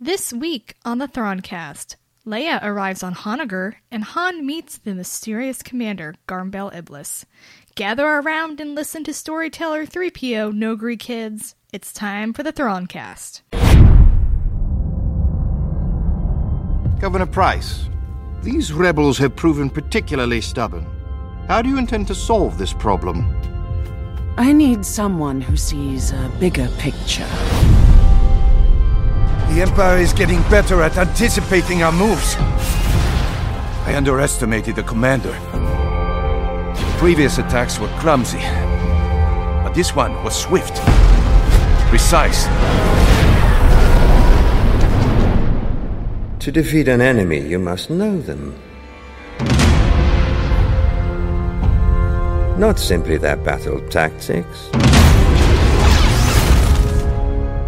This week on the Throncast, Leia arrives on Honegger and Han meets the mysterious commander, Garmbel Iblis. Gather around and listen to storyteller 3PO Nogri Kids. It's time for the Throncast. Governor Price, these rebels have proven particularly stubborn. How do you intend to solve this problem? I need someone who sees a bigger picture. The Empire is getting better at anticipating our moves. I underestimated the commander. Previous attacks were clumsy, but this one was swift, precise. To defeat an enemy, you must know them. Not simply their battle tactics,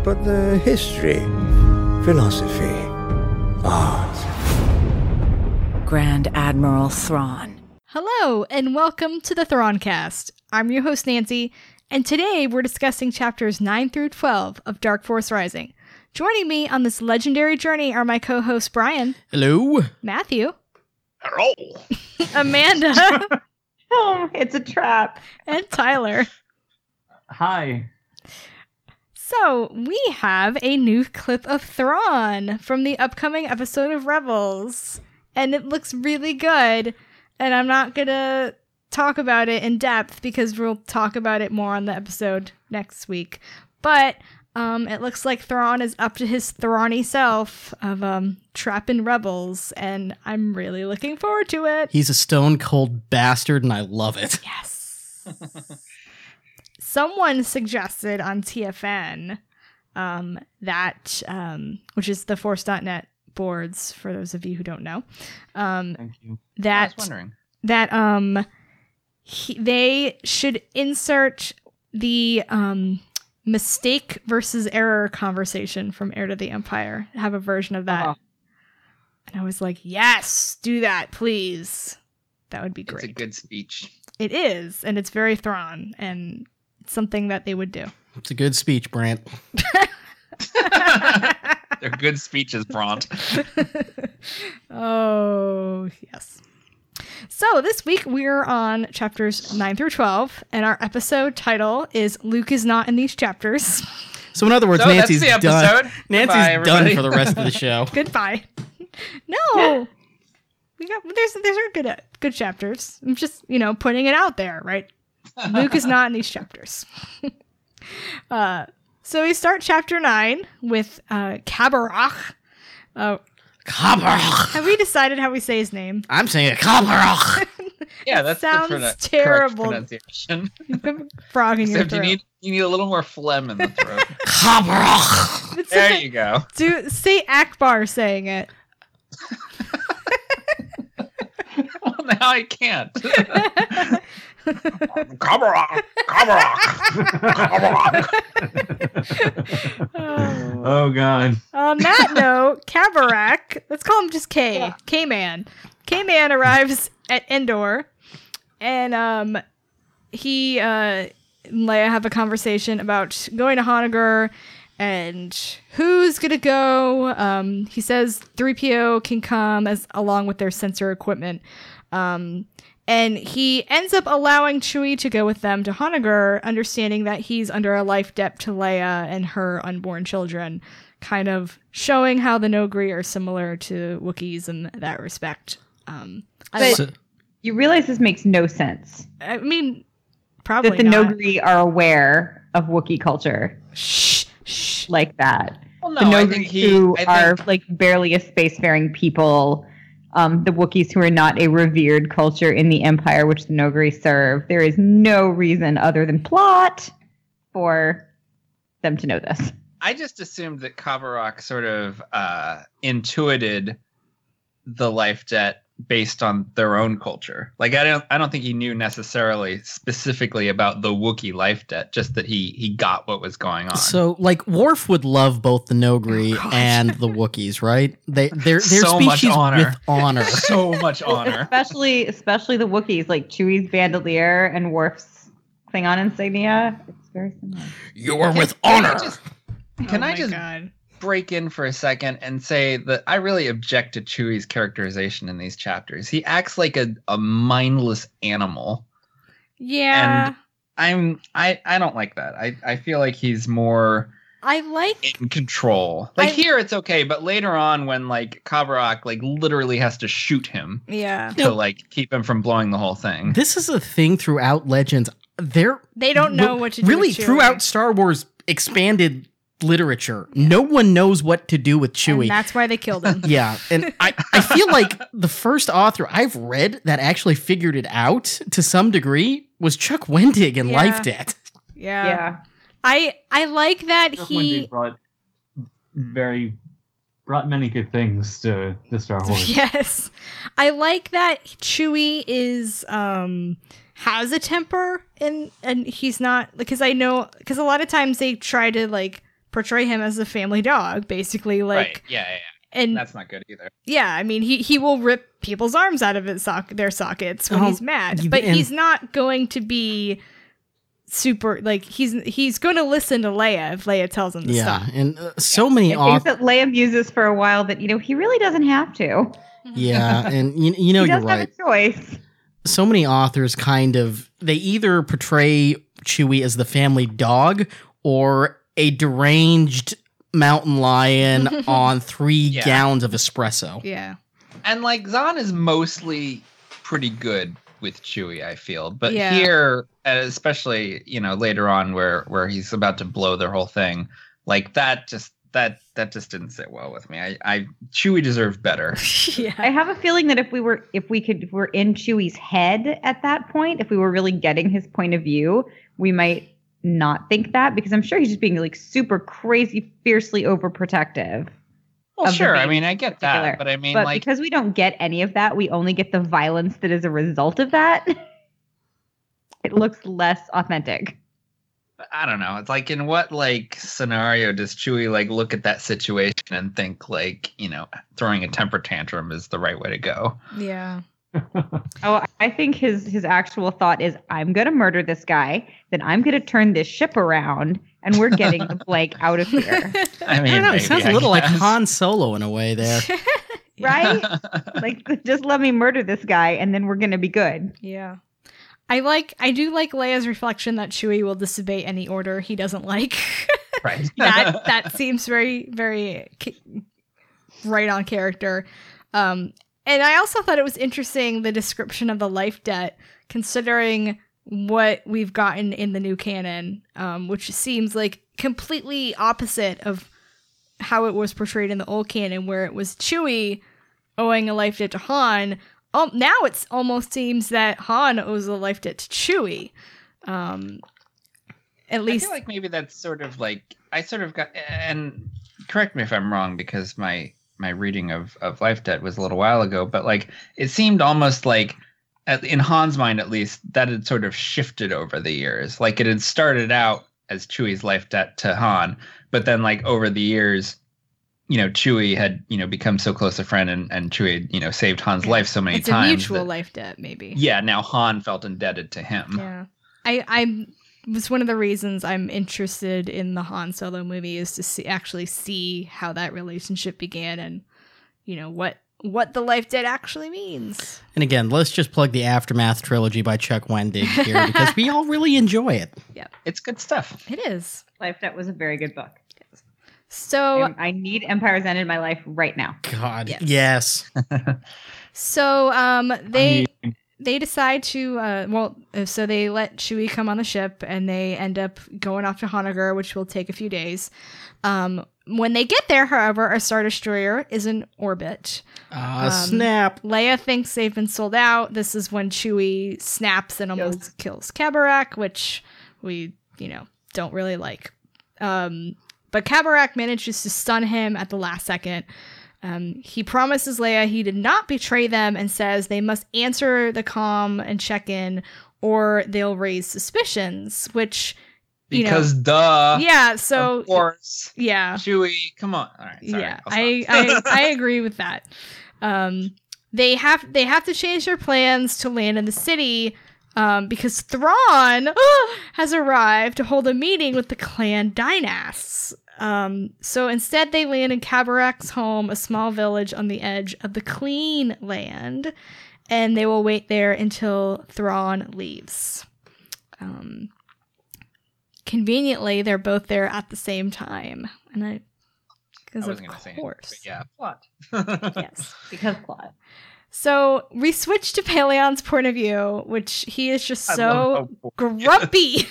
but their history, philosophy, art. Grand Admiral Thrawn. Hello, and welcome to the Throncast. I'm your host, Nancy, and today we're discussing chapters 9 through 12 of Dark Force Rising. Joining me on this legendary journey are my co hosts, Brian, Hello. Matthew, Hello. Amanda, Oh, it's a trap. and Tyler. Hi. So, we have a new clip of Thrawn from the upcoming episode of Rebels, and it looks really good. And I'm not gonna talk about it in depth because we'll talk about it more on the episode next week. But um, it looks like Thrawn is up to his Thrawny self of um, trapping rebels, and I'm really looking forward to it. He's a stone cold bastard, and I love it. Yes. Someone suggested on TFN um, that, um, which is the Force.net boards, for those of you who don't know, um, Thank you. that wondering. that um, he, they should insert the um, mistake versus error conversation from Heir to the Empire. Have a version of that. Uh-huh. And I was like, yes, do that, please. That would be It's great. a good speech. It is, and it's very Thrawn, and it's something that they would do. It's a good speech, Brant. They're good speeches, Bront. oh, yes. So this week we're on chapters 9 through 12, and our episode title is Luke is Not in These Chapters. So, in other words, So that's Nancy's the done. episode. Nancy's Goodbye, done everybody. for the rest of the show. Goodbye. no! We got there's there's are good good chapters. I'm just, you know, putting it out there, right? Luke is not in these chapters. uh, so we start chapter 9 with uh, Kabarach. Uh, Kabarach. Have we decided how we say his name? I'm saying a Kabarach. Yeah, that's sounds the pronoun- correct terrible. pronunciation. Frog in your Except you throat. need you need a little more phlegm in the throat. Kabarach. It's there like- you go. Do say Akbar saying it. Well, now I can't. Kabarok, Kabarok, Kabarok. Oh. Oh god. On that note, Kabarak, let's call him just K. Yeah. K Man. K Man arrives at Endor, and um, he uh, and Leia have a conversation about going to Honegger and who's gonna go. Um, he says 3PO can come as along with their sensor equipment. Um, and he ends up allowing Chewie to go with them to Honegger, understanding that he's under a life debt to Leia and her unborn children, kind of showing how the Nogri are similar to Wookiees in that respect. Um, I, So- You realize this makes no sense. I mean, probably that the not. Nogri are aware of Wookiee culture Shh, shh. like that. Well, the no, I think he. who I think, are like barely a spacefaring people. Um, the Wookiees who are not a revered culture in the Empire, which the Nogri serve. There is no reason other than plot for them to know this. I just assumed that Kavarok sort of uh, intuited the life debt based on their own culture. Like I don't I don't think he knew necessarily specifically about the Wookiee life debt, just that he he got what was going on. So, like, Worf would love both the Nogri Oh, God. and the Wookiees, right? They, they're, they're So species much honor. with honor. so much honor. Especially, especially the Wookiees, like Chewie's bandolier and Worf's Klingon insignia. It's very similar. you are with honor. Can I just, can oh I my just God. break in for a second and say that I really object to Chewie's characterization in these chapters. He acts like a, a mindless animal. Yeah. And I'm I, I don't like that. I, I feel like he's more I like in control. Like I- here it's okay, but later on when like Kabarak like literally has to shoot him yeah. to like keep him from blowing the whole thing. This is a thing throughout Legends. There, They don't know what to do Really, with Chewie. throughout Star Wars expanded literature, no one knows what to do with Chewie. And that's why they killed him. Yeah, and I, I feel like the first author I've read that actually figured it out to some degree was Chuck Wendig in Yeah. Life Debt. Yeah. Yeah. I I like that Chuck he Wendig brought very brought many good things to the Star Wars. Yes. I like that Chewie is um has a temper and and he's not because I know because a lot of times they try to like portray him as a family dog basically like right. Yeah, yeah, yeah. and That's not good either. yeah, I mean, he he will rip people's arms out of his sock their sockets when Oh, he's mad, you- but and- he's not going to be super like he's he's going to listen to Leia if Leia tells him to Yeah, stop. and uh, so many Things authors. that Leia uses for a while that you know he really doesn't have to. Yeah, and you, you know he you're does have right. a choice. so many authors kind of they either portray Chewie as the family dog or a deranged mountain lion on three Yeah. gallons of espresso. Yeah. And like Zahn is mostly pretty good with Chewie, I feel. But Yeah. here, and especially you know later on where where he's about to blow their whole thing, like that just that that just didn't sit well with me. I, I Chewie deserved better. yeah. I have a feeling that if we were if we could if we're in Chewie's head at that point, if we were really getting his point of view, we might not think that because I'm sure he's just being like super crazy, fiercely overprotective. Well, Of the sure. I main mean, I get particular. that, but I mean, but like, because we don't get any of that, we only get the violence that is a result of that. it looks less authentic. I don't know. It's like, in what like scenario does Chewie like look at that situation and think like, you know, throwing a temper tantrum is the right way to go? Yeah. Oh, I think his his actual thought is, I'm gonna murder this guy, then I'm gonna turn this ship around, and we're getting the blank out of here, I mean, I don't know. It maybe, sounds I a little like guess. Han Solo in a way there. right? like, just let me murder this guy, and then we're gonna be good. Yeah. I like I do like Leia's reflection that Chewie will disobey any order he doesn't like. right. that that seems very very ca- right on character. Um and I also thought it was interesting the description of the life debt considering what we've gotten in the new canon um which seems like completely opposite of how it was portrayed in the old canon where it was Chewie owing a life debt to Han. Um, now it's almost seems that Han owes a life debt to Chewie. Um at I least feel like maybe that's sort of like I sort of got and correct me if I'm wrong because my my reading of of Life Debt was a little while ago, but like it seemed almost like at- in Han's mind at least that had sort of shifted over the years. Like it had started out as Chewie's life debt to Han, but then like over the years you know, Chewie had, you know, become so close a friend and, and Chewie, had, you know, saved Han's life so many it's times. a mutual that- life debt maybe Yeah, now Han felt indebted to him. yeah i i'm it's one of the reasons i'm interested in the han solo movie is to see actually see how that relationship began and you know what what the life debt actually means And again, let's just plug the Aftermath trilogy by Chuck Wendig here because we all really enjoy it. It's good stuff. it is Life Debt was a very good book. so I I need Empire's End in my life right now. God, Yes. yes. so um they I mean, they decide to uh well uh, so they let Chewie come on the ship and they end up going off to Hanagar which will take a few days um when they get there however a star destroyer is in orbit Ah, Um, snap. Leia thinks they've been sold out. This is when Chewie snaps and almost kills Kabarak, which we, you know, don't really like. Um, but Kabarak manages to stun him at the last second. Um, he promises Leia he did not betray them and says they must answer the comm and check in or they'll raise suspicions, which, you know- Because duh. yeah, so, Uh, of course. yeah. Chewy, come on. All right. Sorry, yeah, I'll I, I stop. I agree with that. Um, they have they have to change their plans to land in the city um, because Thrawn has arrived to hold a meeting with the clan dynasts. Um, so instead, they land in Cabarak's home, a small village on the edge of the Clean Land, and they will wait there until Thrawn leaves. Um, conveniently, they're both there at the same time, and I because of I wasn't going to say anything. course, But yeah, plot. yes. because plot. So we switch to Paleon's point of view, which he is just I so love how bo- grumpy.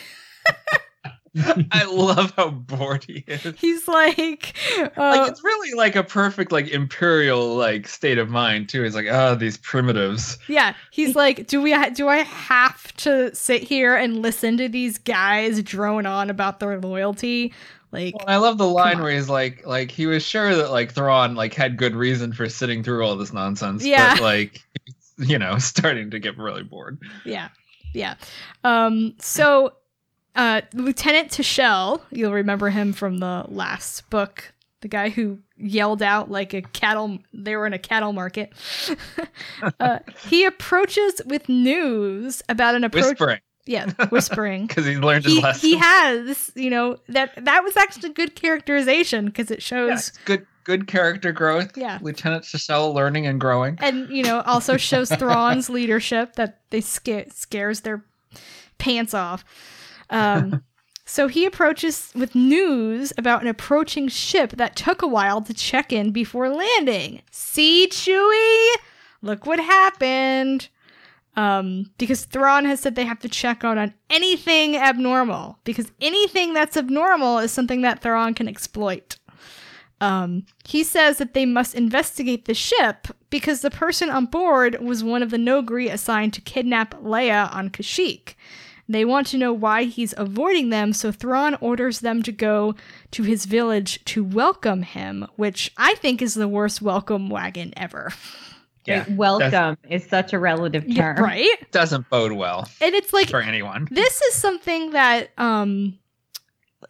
I love how bored he is. He's like, uh, Like it's really like a perfect like imperial like state of mind too. He's like, oh, these primitives. yeah, he's like, do we? Ha- do I have to sit here and listen to these guys drone on about their loyalty? Like, Well, I love the line on. where he's like, like he was sure that like Thrawn like had good reason for sitting through all this nonsense. Yeah. But like, you know, starting to get really bored. yeah, yeah. Um, so, uh, Lieutenant Tichel, you'll remember him from the last book, the guy who yelled out like a cattle. They were in a cattle market. uh, he approaches with news about an approach. Whispering Yeah, whispering. because he learned his he, lesson. he has you know that that was actually good characterization because it Yeah, shows it's good good character growth. Yeah. Lieutenant Giselle learning and growing. and you know also shows Thrawn's leadership that they sca- scares their pants off. Um, so he approaches with news about an approaching ship that took a while to check in before landing. See, Chewie, look what happened. Um, because Thrawn has said they have to check out on anything abnormal because anything that's abnormal is something that Thrawn can exploit. Um, he says that they must investigate the ship because the person on board was one of the Nogri assigned to kidnap Leia on Kashyyyk. They want to know why he's avoiding them, so Thrawn orders them to go to his village to welcome him, which I think is the worst welcome wagon ever. Yeah. Like, welcome is such a relative term. Right? Doesn't bode well And it's like for anyone. this is something that um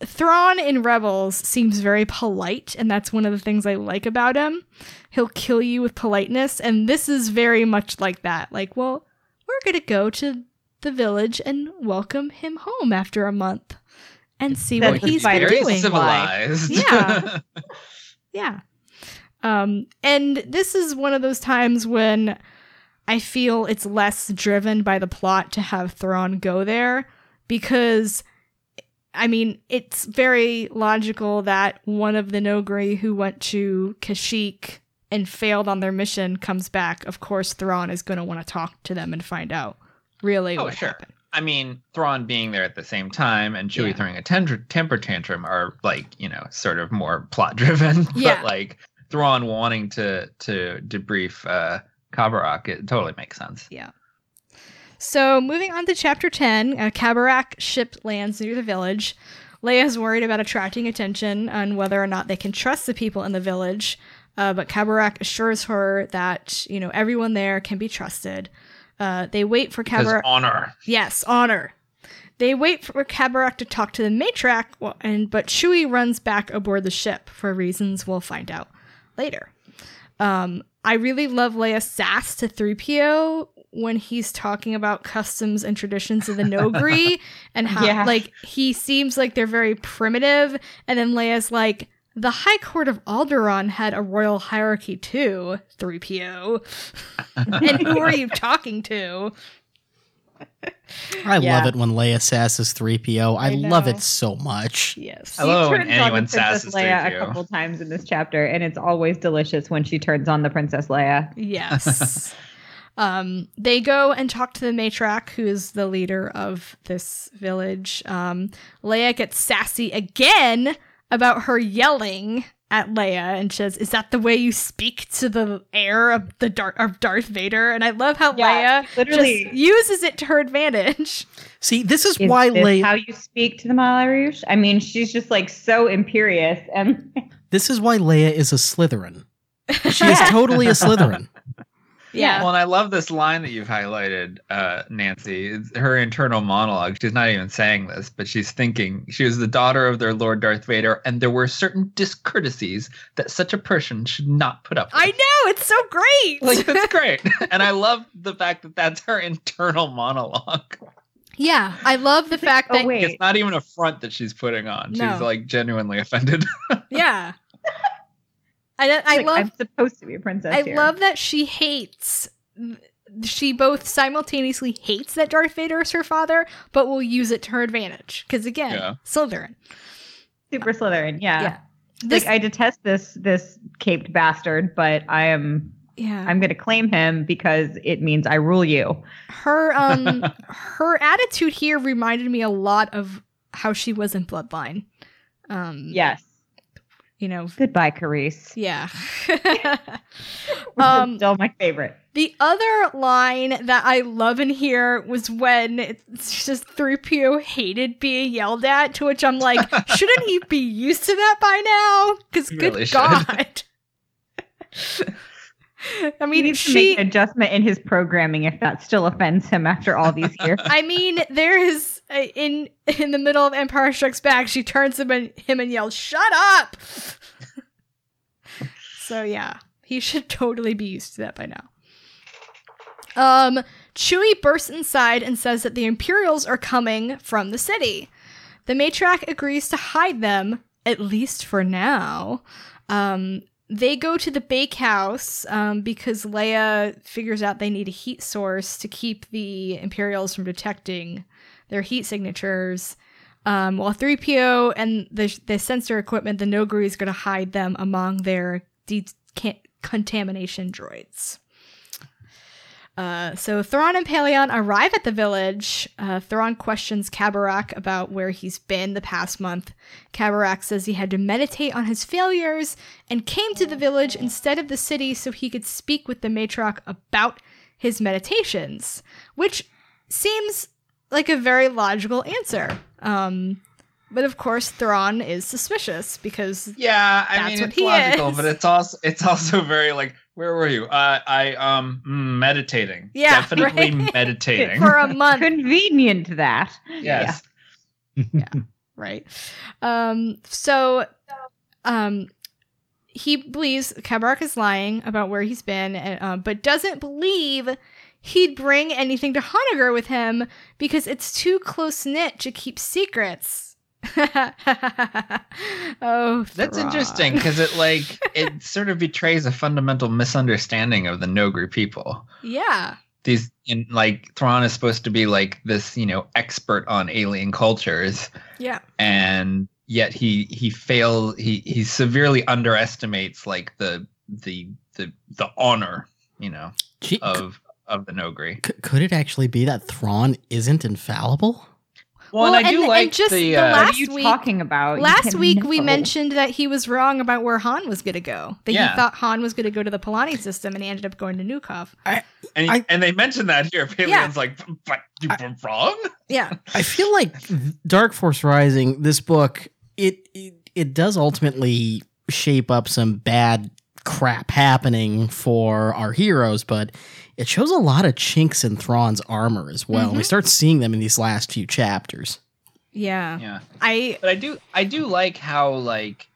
Thrawn in Rebels seems very polite, and that's one of the things I like about him. He'll kill you with politeness, and this is very much like that. Like, well, we're gonna go to the village and welcome him home after a month and see That's what the he's been spider very doing. civilized. Yeah. Yeah. Um, and this is one of those times when I feel it's less driven by the plot to have Thrawn go there because, I mean, it's very logical that one of the Nogri who went to Kashyyyk and failed on their mission comes back. Of course, Thrawn is going to want to talk to them and find out really Oh, what sure. happened. I mean, Thrawn being there at the same time and Chewie Yeah. throwing a tender- temper tantrum are like, you know, sort of more plot driven. Yeah. But like Thrawn wanting to to debrief uh Kabarak, it totally makes sense. So, moving on to chapter 10, a Cabarak ship lands near the village. Leia is worried about attracting attention and whether or not they can trust the people in the village, uh, but Cabarak assures her that, you know, everyone there can be trusted. Uh, they wait for Because Cabarak. honor. Yes, honor. They wait for Cabarak to talk to the matriarch, wh- and but Chewie runs back aboard the ship for reasons we'll find out later. Um, I really love Leia's sass to 3PO when he's talking about customs and traditions of the Nogri and how Yeah. like he seems like they're very primitive, and then Leia's like, the High Court of Alderaan had a royal hierarchy too, 3PO. and who are you talking to? I Yeah. love it when Leia sasses 3PO. I I, love know. it so much. Yes. I love She when turns anyone on the Princess sasses Leia a 3PO. couple times in this chapter, and it's always delicious when she turns on the Princess Leia. Yes. um, they go and talk to the matriarch, who is the leader of this village. Um, Leia gets sassy again about her yelling at Leia and says, "Is that the way you speak to the heir of the Dar- of Darth Vader?" And I love how Yeah, Leia she literally- just uses it to her advantage. See, this is, Is why this Leia how you speak to the Moulin Rouge? I mean, she's just like so imperious, and oh, this is why Leia is a Slytherin. She is totally a Slytherin. Yeah. Well, and I love this line that you've highlighted, uh, Nancy. It's her internal monologue. She's not even saying this, but she's thinking she was the daughter of their Lord Darth Vader, and there were certain discourtesies that such a person should not put up with. I know it's so great. Like that's great, and I love the fact that that's her internal monologue. Yeah, I love the fact that Oh wait, It's not even a front that she's putting on. No. She's like genuinely offended. yeah. I I Like, love I'm supposed to be a princess. I here. love that she hates. She both simultaneously hates that Darth Vader is her father, but will use it to her advantage. Because again, Yeah. Slytherin. Super Slytherin. Yeah. Yeah. Like This, I detest this this caped bastard, but I am yeah, I'm going to claim him because it means I rule you. her um, her attitude here reminded me a lot of how she was in Bloodline. Um, Yes. you know, Goodbye, Carice. yeah. Um, Um, still my favorite. The other line that I love in here was when it's just 3PO hated being yelled at, to which I'm like, shouldn't he be used to that by now? Because He good really should. God. I He mean, needs to make she. an adjustment in his programming if that still offends him after all these years. I mean, there is uh, in in the middle of Empire Strikes Back, she turns him and him and yells, "Shut up!" so yeah, he should totally be used to that by now. Um, Chewie bursts inside and says that the Imperials are coming from the city. The matriarch agrees to hide them, at least for now. Um, they go to the bakehouse um, because Leia figures out they need a heat source to keep the Imperials from detecting their heat signatures. Um, while 3PO and the, the sensor equipment, the Noguri is going to hide them among their de- can- contamination droids. Uh, so Thrawn and Paleon arrive at the village. Uh, Thrawn questions Kabarak about where he's been the past month. Kabarak says he had to meditate on his failures and came to the village instead of the city so he could speak with the matriarch about his meditations, which seems like a very logical answer. Um, but of course, Thrawn is suspicious because yeah, I That's mean what it's he logical, is. but it's also it's also very like, where were you? Uh, I um mm, meditating. Yeah, definitely right. meditating. for a month Convenient that. yes. right? Um, so, um, he believes Kabarak is lying about where he's been, and, um, but doesn't believe he'd bring anything to Honegger with him because it's too close knit to keep secrets. oh, That's Thrawn. interesting because it like it sort of betrays a fundamental misunderstanding of the Nogri people. Yeah, These in like Thrawn is supposed to be like this, you know, expert on alien cultures, yeah, and yet he he fails. He he severely underestimates like the the the the honor, you know, Gee, c- of of the Nogri. c- could it actually be that Thrawn isn't infallible? Well, Well, and I do and- like and just the, the uh, What last are you week- talking about? Oh, You Last can week we know. mentioned that he was wrong about where Han was going to go. That Yeah. he thought Han was going to go to the Polani system, and he ended up going to Nukov. and, I- and they mentioned that here. Paleon's like, but you were wrong. Yeah, I feel like Dark Force Rising, this book, it it, it does ultimately shape up some bad crap happening for our heroes, but it shows a lot of chinks in Thrawn's armor as well. Mhm. We start seeing them in these last few chapters. yeah. Yeah. I but I do I do like how like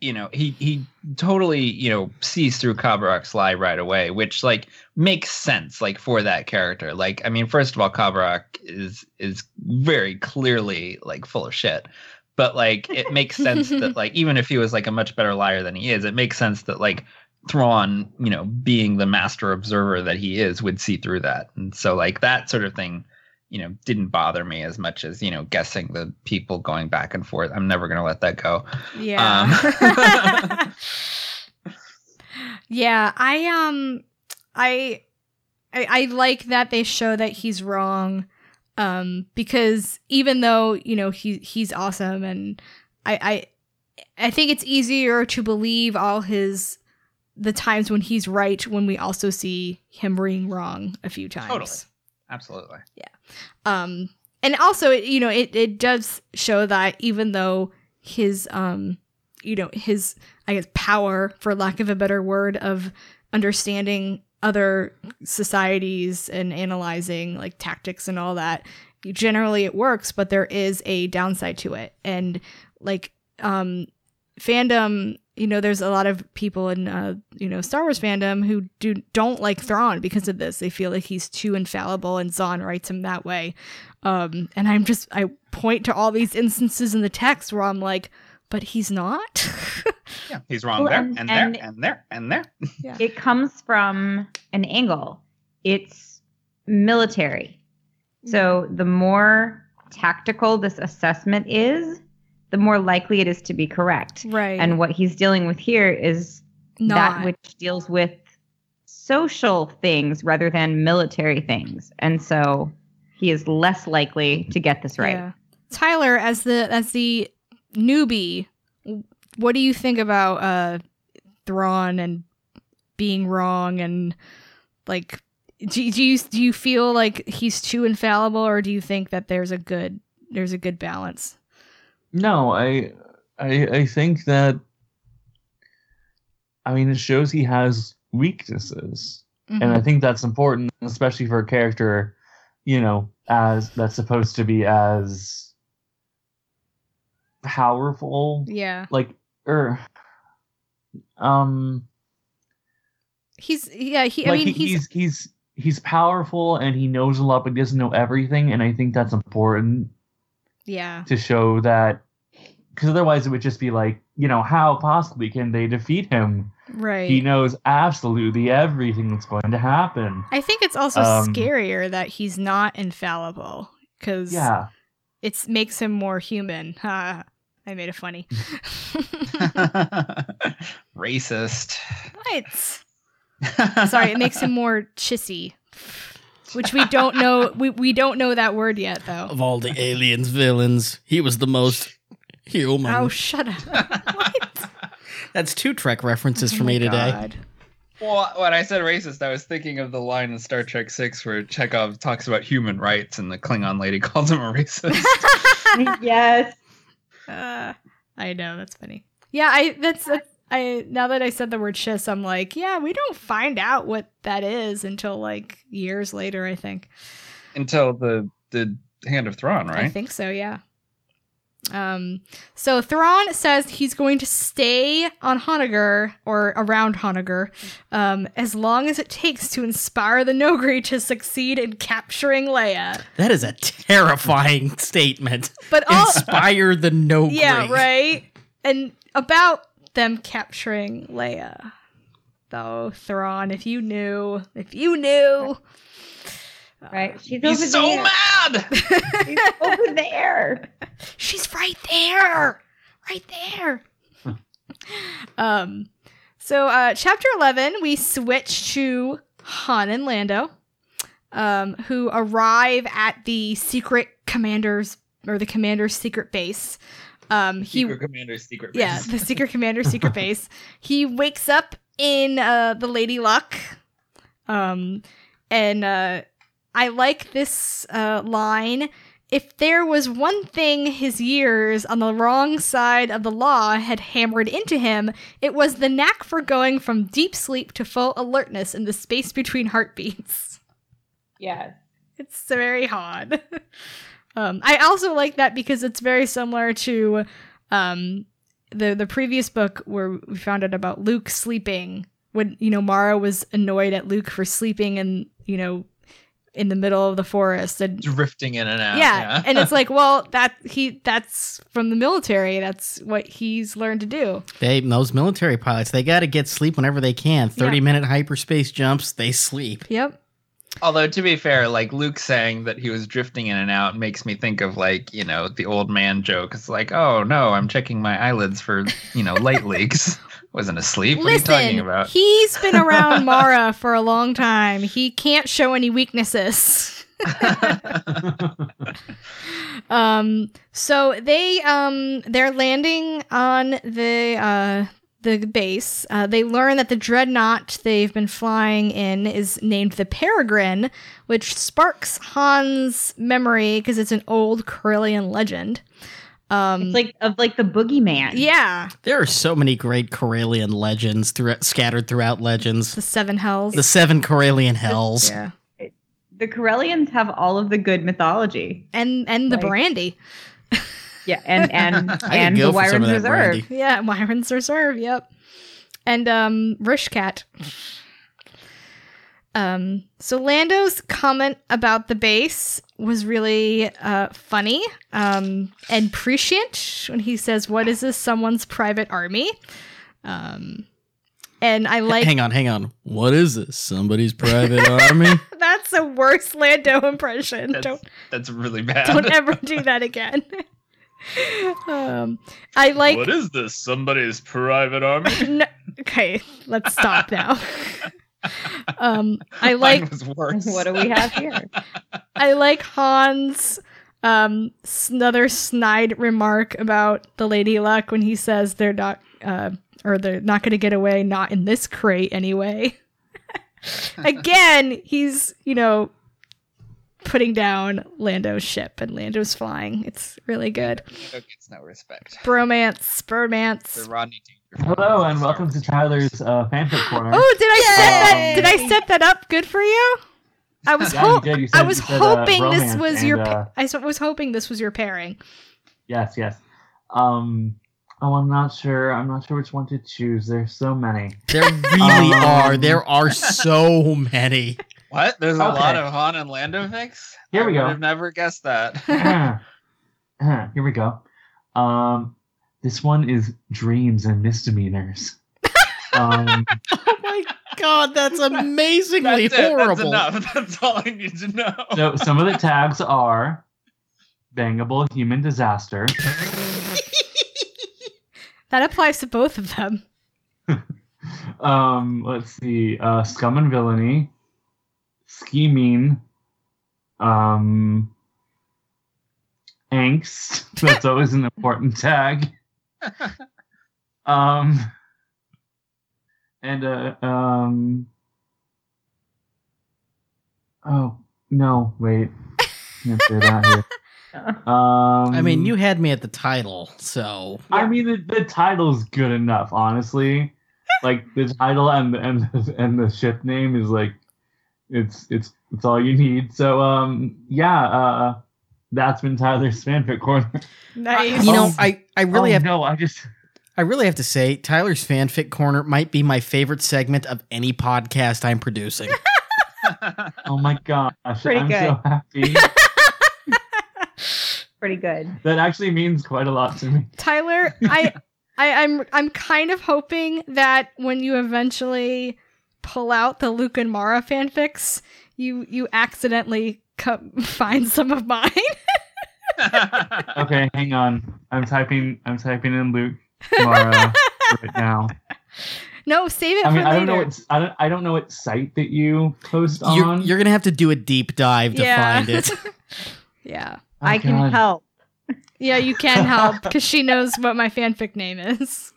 you know he he totally you know sees through Kabarak's lie right away, which like makes sense like for that character. Like I mean, first of all, Kabarak is is very clearly like full of shit. But like it makes sense that like even if he was like a much better liar than he is, it makes sense that like Thrawn, you know, being the master observer that he is, would see through that. And so like that sort of thing you know didn't bother me as much as you know guessing the people going back and forth i'm never going to let that go Yeah. Um. yeah, I um I, I I like that they show that he's wrong um because even though, you know, he he's awesome and I I I think it's easier to believe all his the times when he's right when we also see him being wrong a few times. Totally. absolutely um and also it, you know it, it does show that even though his um you know his i guess power for lack of a better word of understanding other societies and analyzing like tactics and all that generally it works but there is a downside to it and like um fandom, you know, there's a lot of people in uh, you know Star Wars fandom who do don't like Thrawn because of this. They feel like he's too infallible, and Zahn writes him that way. Um, and I'm just I point to all these instances in the text where I'm like, but he's not. Yeah, he's wrong Well, there and- and, there and- and, there and there. It comes from an angle. It's military. So Mm-hmm. the more tactical this assessment is, the more likely it is to be correct. right. And what he's dealing with here is not that which deals with social things rather than military things. And so he is less likely to get this right. Yeah. Tyler, as the as the newbie, what do you think about uh Thrawn and being wrong and like do, do you do you feel like he's too infallible or do you think that there's a good there's a good balance? No, I, I, I think that. I mean, it shows he has weaknesses, Mm-hmm. and I think that's important, especially for a character, you know, as that's supposed to be as powerful, Yeah. like, or, um, He's yeah, he I like mean he- he's, he's he's he's powerful and he knows a lot, but he doesn't know everything, and I think that's important yeah. to show that because otherwise it would just be like you know how possibly can they defeat him Right. he knows absolutely everything that's going to happen I think it's also Um, scarier that he's not infallible cuz yeah it makes him more human. Ha. I made it funny. Racist. what? Sorry, it makes him more chissy, which we don't know. We, we don't know that word yet, though. Of all the aliens villains, he was the most human. Oh, shut up! What? That's two Trek references for me today. Oh God. Well, when I said racist, I was thinking of the line in Star Trek Six where Chekhov talks about human rights, and the Klingon lady calls him a racist. yes. Uh, I know that's funny. Yeah, I that's, that's I now that I said the word chiss, I'm like, yeah, we don't find out what that is until like years later. I think. until the the hand of Thrawn, I right? think so, yeah. Um, so Thrawn says he's going to stay on Honegger or around Honegger um, as long as it takes to inspire the Nogri to succeed in capturing Leia. That is a terrifying statement. But all, Inspire the no. yeah, great. right. And about them capturing Leia, though, Thrawn, if you knew, if you knew, Right. She's over He's so there. uh, mad. She's over there. She's right there. Right there. um so uh chapter 11 we switch to Han and Lando um who arrive at the secret commander's or the commander's secret base. Um he Secret Commander's secret. yeah, base. the secret commander's secret base. He wakes up in uh, the Lady Luck, um, and uh, I like this uh, line. If there was one thing his years on the wrong side of the law had hammered into him, it was the knack for going from deep sleep to full alertness in the space between heartbeats. Yes. It's very hard. um, I also like that because it's very similar to um, the the previous book where we found out about Luke sleeping when you know Mara was annoyed at Luke for sleeping and you know in the middle of the forest and drifting in and out. yeah, and it's like well that he that's from the military that's what he's learned to do They those military pilots, they got to get sleep whenever they can. Thirty Yeah. minute hyperspace jumps, they sleep. yep Although to be fair, like Luke saying that he was drifting in and out makes me think of like you know the old man joke. It's like, oh no, I'm checking my eyelids for you know light leaks. Wasn't asleep. what are you talking listen about? he's been around Mara for a long time he can't show any weaknesses. Um, so they um they're landing on the uh the base. Uh, they learn that the dreadnought they've been flying in is named the Peregrine, which sparks Han's memory because it's an old Carillion legend. Um, It's like of like the boogeyman. yeah, There are so many great Corellian legends throughout, scattered throughout legends. the Seven Hells. The seven Corellian hells. yeah, The Corellians have all of the good mythology. and and the Like- brandy. Yeah, and and I and could go the for some Wyvern's of that Reserve. brandy. Yeah, Wyvern's Reserve. Yep. And um, Rishcat. Um, so Lando's comment about the base was really uh, funny um, and prescient when he says, "What is this? Someone's private army." Um, and I like hang on, hang on. What is this? Somebody's private army? that's the worst Lando impression. That's, Don't that's really bad. don't ever do that again. um, I like what is this? Somebody's private army? No, okay, let's stop now. um, I Mine like was worse. What do we have here? I like Hans' um s- another snide remark about the Lady Luck when he says they're not uh or they're not going to get away, not in this crate anyway. Again, he's you know putting down Lando's ship and Lando's flying. It's really good. It gets no respect. Bromance, The bromance. Rodney Dangerfield. Hello and welcome to Tyler's uh, fanfic corner. Oh, did I set that? Yay! Did I set that up? Good for you. I was Yeah, you hope did. You I said- was you said, uh, hoping this romance was and, your. uh, pa- I s- was hoping this was your pairing. Yes, yes. Um, oh, I'm not sure. I'm not sure which one to choose. There's so many. there really Um, are. There are so many. What? There's a Okay. lot of Han and Lando fix? Here we go. I've never guessed that. Uh-huh. Here we go. Um, this one is dreams and misdemeanors. Um, Oh my god, that's amazingly That's it. That's horrible. enough. That's all I need to know. so some of the tags are bangable human disaster, That applies to both of them. um, let's see, uh, scum and villainy, scheming, um, angst. That's always an important tag. Um, and uh, um, oh no, wait, can't say that here. Um, I mean, you had me at the title, so I mean, the, the title's good enough, honestly. Like the title and and and the ship name is like, it's it's it's all you need. So um, yeah, uh, that's been Tyler's fanfic corner. Nice. you know, Oh. I I really oh, have no, I just I really have to say Tyler's fanfic corner might be my favorite segment of any podcast I'm producing. oh my gosh, Pretty I'm good. so happy. Pretty good. that actually means quite a lot to me. Tyler, I, I, I'm, I'm kind of hoping that when you eventually pull out the Luke and Mara fanfics, you, you accidentally co- find some of mine. Okay, hang on. I'm typing. I'm typing in Luke Mara right now. no, save it I for mean, I don't know later. what I don't. I don't know what site that you post you're, on. you're gonna have to do a deep dive to Yeah. find it. yeah, Oh, I can God. help. yeah, you can help because she knows what my fanfic name is.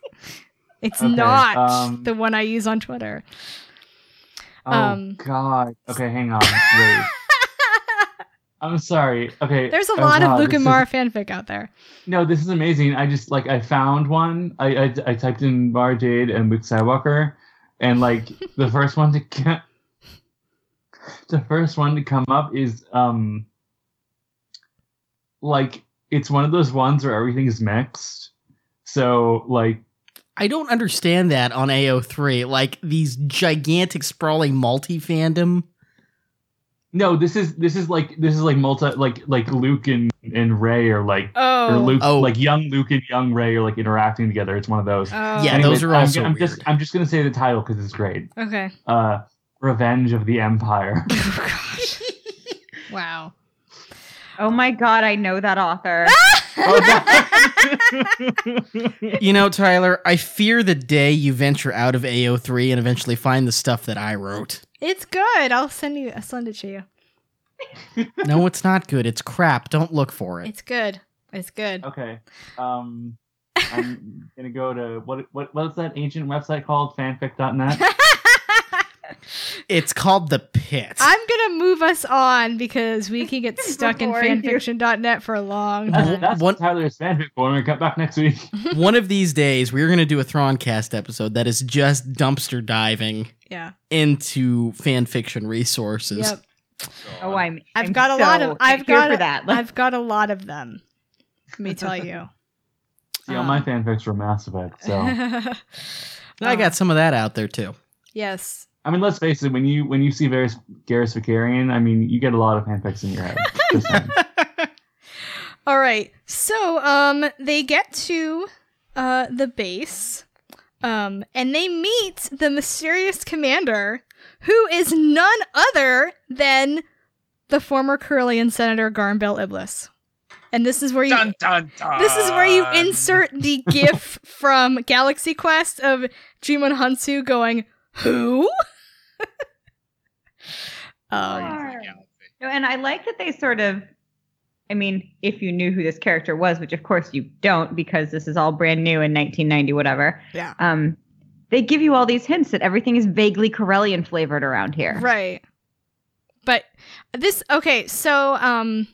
It's Okay, not um, the one I use on Twitter. Oh um, God. Okay, hang on. Wait. I'm sorry. Okay. There's a oh, lot God, of Luke this and is- Mara fanfic out there. No, this is amazing. I just like I found one. I I, I typed in Mara Jade and Luke Skywalker, and like the first one to ca- the first one to come up is um like it's one of those ones where everything's mixed. So like I don't understand that on AO3. Like these gigantic sprawling multi fandom. no, this is this is like this is like multi like like Luke and and Ray are like or Oh, Luke, Oh. like young Luke and young Ray are like interacting together. It's one of those. oh. Yeah, Anyway, those are I'm- also I'm, just weird. I'm just gonna say the title because it's great. okay. Uh, Revenge of the Empire. Oh gosh. wow. Oh my god, I know that author. Ah! Oh, You know, Tyler, I fear the day you venture out of AO3 and eventually find the stuff that I wrote. It's good. I'll send you I'll send it to you. No, it's not good. It's crap. Don't look for it. It's good. It's good. okay. Um, I'm gonna go to what what what's that ancient website called? Fanfic.net. It's called The Pit. I'm gonna move us on because we can get stuck in Before you- fanfiction.net for a long That's, time. that's One- Tyler's fanfic corner. Come back next week. One of these days, we're going to do a Throncast episode that is just dumpster diving Yeah. into fan fiction resources. Yep. Oh, I'm. I've I'm got a so lot of- I've here got for a- that. Like, I've got a lot of them. Let me tell you. See, all my fanfics were Mass Effect. So, I Oh. got some of that out there too. yes. I mean, let's face it. When you when you see Varys, Garrus Vicarian, I mean, you get a lot of fanfics in your head. Just saying. All right. So, um, they get to uh the base, um, and they meet the mysterious commander, who is none other than the former Curlian senator Garnbel Iblis. And this is where you Dun, dun, dun. This is where Ah. you insert the gif from Galaxy Quest of Jimon Hansu going, Who? um, No, and I like that they sort of, I mean, if you knew who this character was, which of course you don't because this is all brand new in 1990, whatever. Yeah. Um, they give you all these hints that everything is vaguely Corellian flavored around here. right. But this, okay, so, um,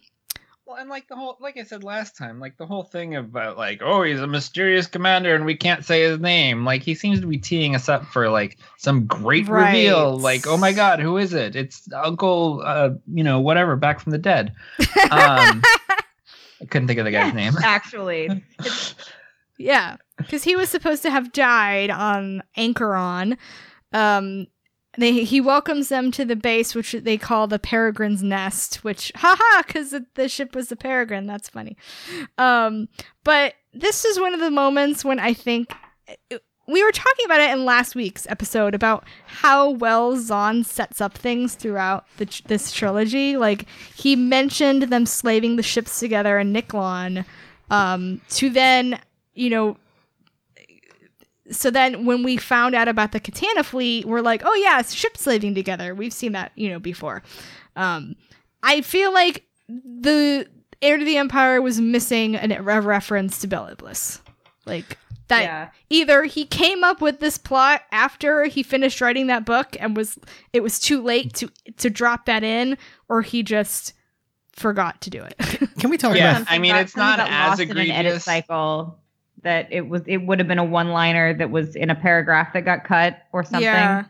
Well, and like the whole, like I said last time, like the whole thing about like, oh, he's a mysterious commander and we can't say his name. Like he seems to be teeing us up for like some great Right. reveal. Like, oh my god, who is it? It's Uncle, uh, you know, whatever, back from the dead. Um, I couldn't think of the guy's name. Actually, it's- yeah, because he was supposed to have died on Anchoron. Um, they, he welcomes them to the base, which they call the Peregrine's Nest, which, haha, because the ship was the Peregrine. That's funny. Um, but this is one of the moments when I think we were talking about it in last week's episode about how well Zahn sets up things throughout the, tr- this trilogy. Like he mentioned them slaving the ships together in Niklon, um, to then you know. So then, when we found out about the Katana fleet, we're like, "Oh yeah, it's ship slaving together. We've seen that, you know, before." Um, I feel like the heir to the empire was missing an, a reference to Bel Iblis, like that yeah. either he came up with this plot after he finished writing that book and was it was too late to to drop that in or he just forgot to do it Can we talk Yeah. about? I mean, Got it's something not that as lost in an edit egregious. cycle that it was. It would have been a one-liner that was in a paragraph that got cut or something Yeah.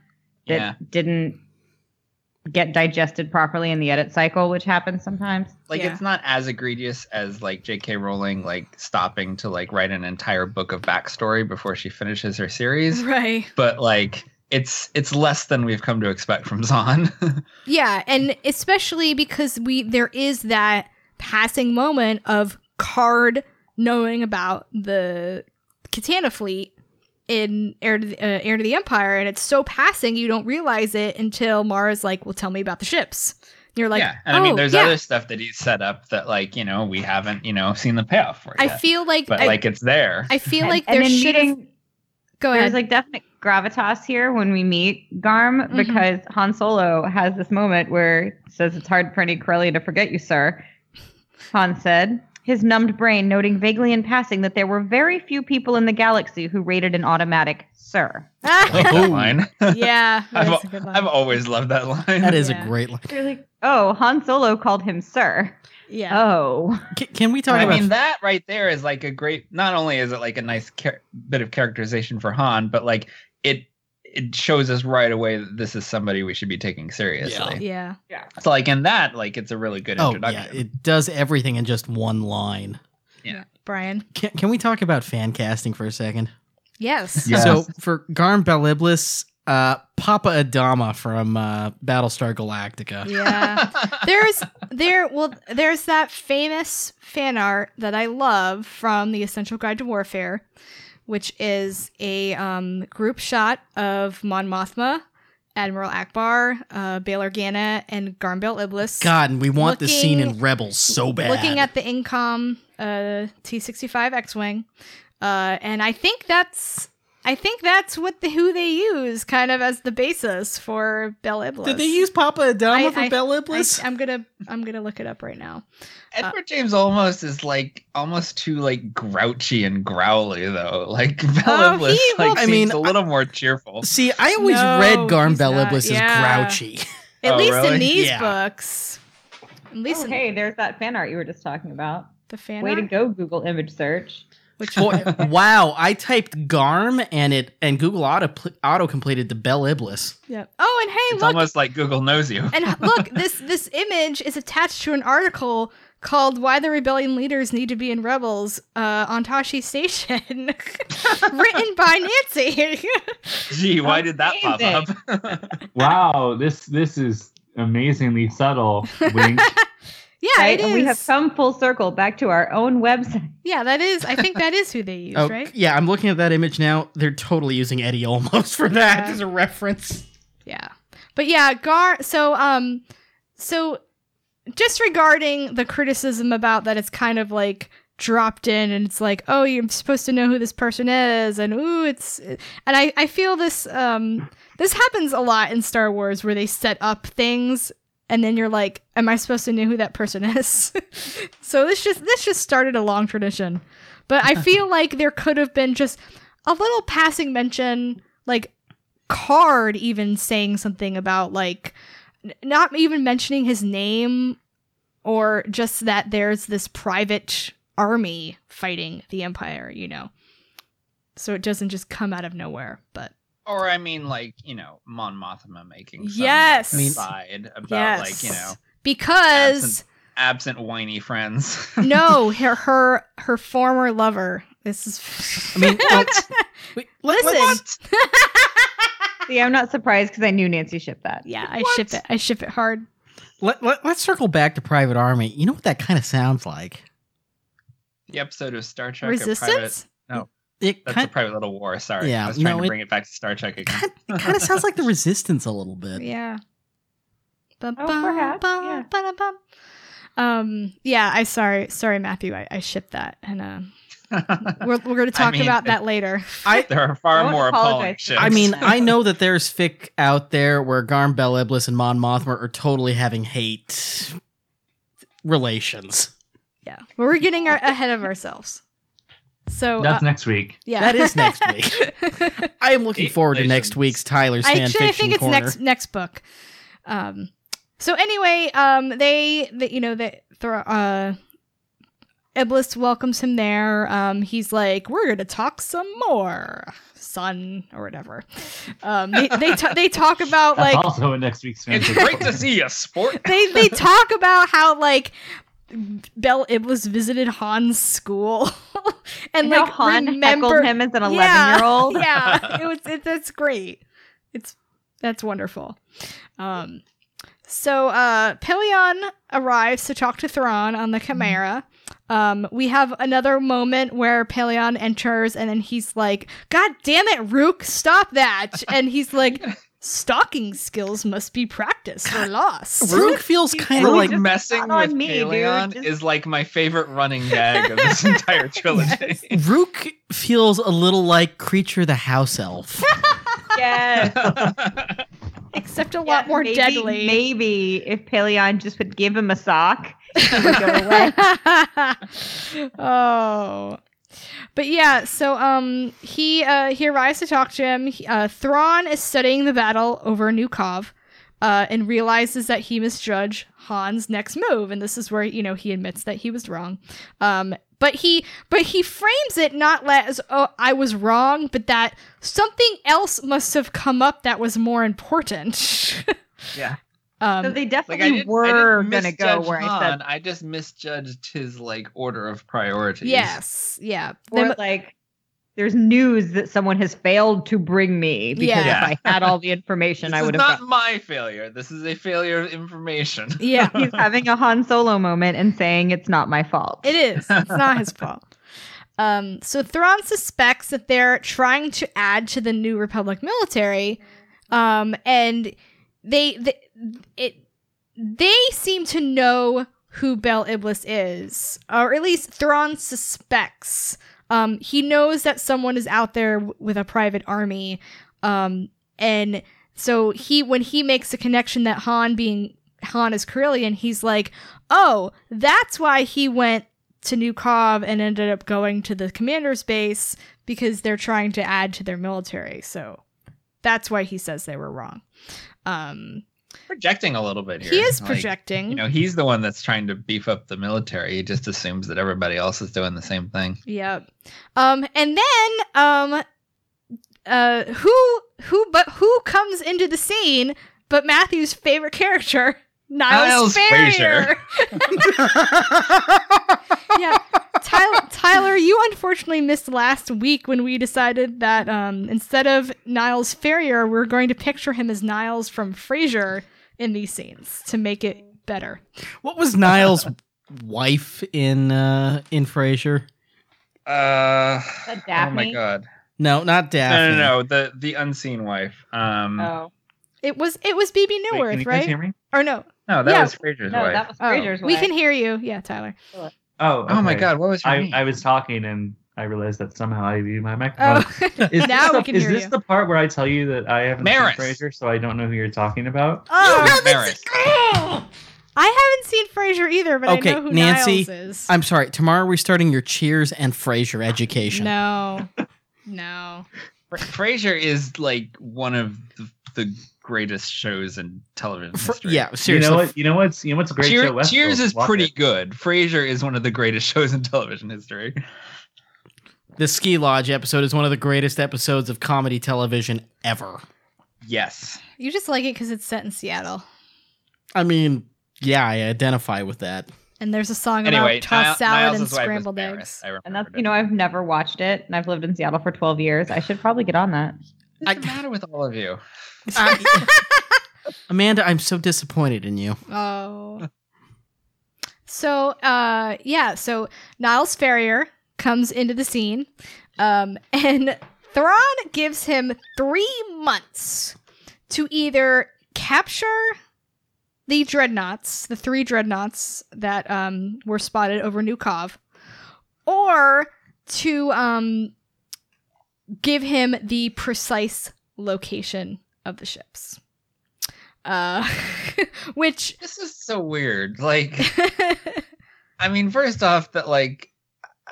that Yeah. didn't get digested properly in the edit cycle, which happens sometimes. Like Yeah. it's not as egregious as like J.K. Rowling like stopping to like write an entire book of backstory before she finishes her series, right but like it's it's less than we've come to expect from Zahn. yeah and especially because we there is that passing moment of card knowing about the katana fleet in heir to, the, uh, heir to the empire and it's so passing you don't realize it until mara's like well tell me about the ships And you're like yeah, and I mean, "Oh, there's yeah." other stuff that he's set up that, like, you know, we haven't, you know, seen the payoff for i yet. feel like but I- like, it's there. I feel And- like and there in should have. meeting Go There's ahead. like definite gravitas here when we meet Garm Mm-hmm. because Han Solo has this moment where he says it's hard for any Corellia to forget you, sir. Han said, his numbed brain noting vaguely in passing that there were very few people in the galaxy who rated an automatic sir. Like that line. yeah, I've, that's a good I've line. always loved that line. That is Yeah. a great line. You're like, oh, Han Solo called him sir. Yeah, Oh, Can, can we talk I about? mean, that right there is like a great. Not only is it like a nice char- bit of characterization for Han, but like it it shows us right away that this is somebody we should be taking oh. seriously. yeah, So like in that, like it's a really good oh yeah, introduction. it does everything in just one line. Brian. Can, can we talk about fan casting for a second? Yes. Yeah. So for Garm Baliblis, uh, Papa Adama from uh, Battlestar Galactica. Yeah. There's there well there's that famous fan art that I love from the Essential Guide to Warfare, which is a um, group shot of Mon Mothma, Admiral Akbar, uh, Bail Organa, and Garmbel Iblis. God, and we want this scene in Looking- Rebels so bad. looking at the incom uh, T65 X-wing, uh, and I think that's I think that's what the who they use kind of as the basis for Bell Iblis. Did they use Papa Adama I- for I- Bell I, Iblis? I'm gonna I'm gonna look it up right now. Edward James almost is like almost too like grouchy and growly though. Like Oh, Bella Bliss he- well, like I seems mean, a little more cheerful. See, I always No, read Garm he's Bell not. Iblis Yeah. as grouchy. At Oh, least in really? these Yeah. books, at least oh, in hey, there's that fan art you were just talking about. the fan Way to art. go, Google image search. Which Boy, wow, I typed Garm and it and Google auto auto completed the Bell Iblis. yeah. Oh, and hey, It's look, almost like Google knows you. and look, this this image is attached to an article called "Why the Rebellion Leaders Need to Be in Rebels" uh, on Tashi Station, written by Nancy. Gee, why did that pop Amazing. up? Wow, this this is amazingly subtle. Wink. yeah, right? it is. And we have come full circle back to our own website. yeah, that is. I think that is who they use, Oh, right? yeah, I'm looking at that image now. They're totally using Eddie almost for that Yeah. as a reference. Yeah. But yeah, Gar so um so disregarding the criticism about that it's kind of like dropped in and it's like, "Oh, you're supposed to know who this person is." And ooh, it's and I I feel this um this happens a lot in Star Wars where they set up things and then you're like, "Am I supposed to know who that person is?" so this just this just started a long tradition. But I feel like there could have been just a little passing mention like card even saying something about like n- not even mentioning his name or just that there's this private army fighting the empire you know so it doesn't just come out of nowhere but or I mean, like you know, Mon Mothma making some Yes. I mean- side about like yes you know because absent whiny friends. no her her her former lover this is I mean, let's- we- let- Listen. let's- See, I'm not surprised because I knew Nancy shipped that. yeah i ship it i ship it hard Let, let, us circle back to Private Army. You know what that kind of sounds like? the episode of Star Trek. A private, resistance It that's kind, a private little war. Sorry, Yeah, I was trying no, to it- bring it back to Star Trek again. kind, it kind of sounds like the Resistance a little bit. Yeah. Oh, perhaps, yeah. Ba-bum, Um. Yeah. I sorry. Sorry, Matthew. I, I shipped that, and uh, we're we're going to talk mean, about it- that later. there are far I more apologize. appalling ships. I mean, I know that there's fic out there where Garm Bell Iblis and Mon Mothma are totally having hate relations. Yeah. But we're getting our, ahead of ourselves. So uh, That's next week. yeah. That is next week. I am looking Hate forward to relations. next week's Tyler's I fan actually, I fiction think it's corner. next next book. Um. So anyway, um, they that you know that throw uh. Iblis welcomes him there. Um, he's like, "We're gonna talk some more, son, or whatever." Um, they they, ta- they talk about That's like also a next week's it's fanfic great to book. see you, sport. they they talk about how like Bell Iblis visited Han's school and And how like Han remember heckled him as an 11 Yeah, year old. Yeah, it was it, that's great. It's that's wonderful. Um, so uh, Pelion arrives to talk to Thrawn on the Chimera. Um, we have another moment where Pelion enters, and then he's like, "God damn it, Rook, stop that!" And he's like. Stalking skills must be practiced or lost. Rook feels kind of Rook like just messing got on with me, dude. Paleon Just- is like my favorite running gag of this entire trilogy. Rook feels a little like creature the house elf. Yes. Except a lot more maybe, deadly. Maybe if Paleon just would give him a sock, it would go away. oh. But yeah, so um he uh he arrives to talk to him. He, uh Thrawn is studying the battle over Nukov uh and realizes that he misjudged Han's next move and this is where you know he admits that he was wrong. Um but he but he frames it not la- as oh I was wrong, but that something else must have come up that was more important. yeah. um So they Like I definitely didn't, were I going to didn't go misjudge where I Han, said, I just misjudged his like order of priorities. yes, yeah. There mu- or like, there's news that someone has failed to bring me because Yeah. if I had all the information, This I is would have. not gotten- my failure. This is a failure of information. yeah. He's having a Han Solo moment and saying it's not my fault. It is. It's not his fault. Um, so Thrawn suspects that they're trying to add to the New Republic military, um, and they, they it they seem to know who Bel Iblis is, or at least Thrawn suspects. Um, he knows that someone is out there w- with a private army, um, and so he when he makes the connection that Han being Han is Carillion, he's like, oh, that's why he went to Nukov and ended up going to the commander's base because they're trying to add to their military. So that's why he says they were wrong. Um, projecting a little bit here. He is Like, projecting. you know, he's the one that's trying to beef up the military. He just assumes that everybody else is doing the same thing. Yep. Um, and then um, uh, who who but who comes into the scene but Matthew's favorite character, Niles, Niles Ferrier. yeah, Tyler, Tyler, you unfortunately missed last week when we decided that um, instead of Niles Ferrier, we're going to picture him as Niles from Frasier in these scenes to make it better. What was Niles' wife in uh in Frasier? Uh, The oh my Daphne? god! No, not No, Daphne. no, no. The the unseen wife. Um, Oh It was it was BB wait, can Newworth, you guys right? hear me? Or no? No, that Yeah. was Fraser's no, wife. that was Oh, Frasier's we wife. can hear you. Yeah, Tyler. Oh, Oh my okay. god! What was your I, name? I was talking and I realized that somehow I muted my microphone. Oh, Is Now this we the, can is hear this you. the part where I tell you that I haven't Maris. seen Frasier, so I don't know who you're talking about? oh. Maris. I haven't seen Frasier either, but Okay, I know who Nancy, Niles is. I'm sorry. Tomorrow we're starting your Cheers and Frasier education. no, no. Fra- Frasier is like one of the, the greatest shows in television Fr- history. yeah, seriously. You know what? You know what's you know what's a great Cheer- show? Westworld. Cheers is Watch pretty it. good. Frasier is one of the greatest shows in television history. The Ski Lodge episode is one of the greatest episodes of comedy television ever. Yes. You just like it because it's set in Seattle, I mean, yeah, I identify with that. and there's a song Anyway, about tossed Niles- salad Niles' and wife was scrambled Maris. eggs. I And that's remembered you know it. I've never watched it, and I've lived in Seattle for 12 years. I should probably get on that. What's the matter with all of you? I- Amanda, I'm so disappointed in you. Oh. So, uh, yeah. So Niles Ferrier comes into the scene, um, and Thrawn gives him three months to either capture the dreadnoughts, the three dreadnoughts that um, were spotted over Nukov, or to um, give him the precise location of the ships. Uh, which This is so weird. Like, I mean, first off, that like,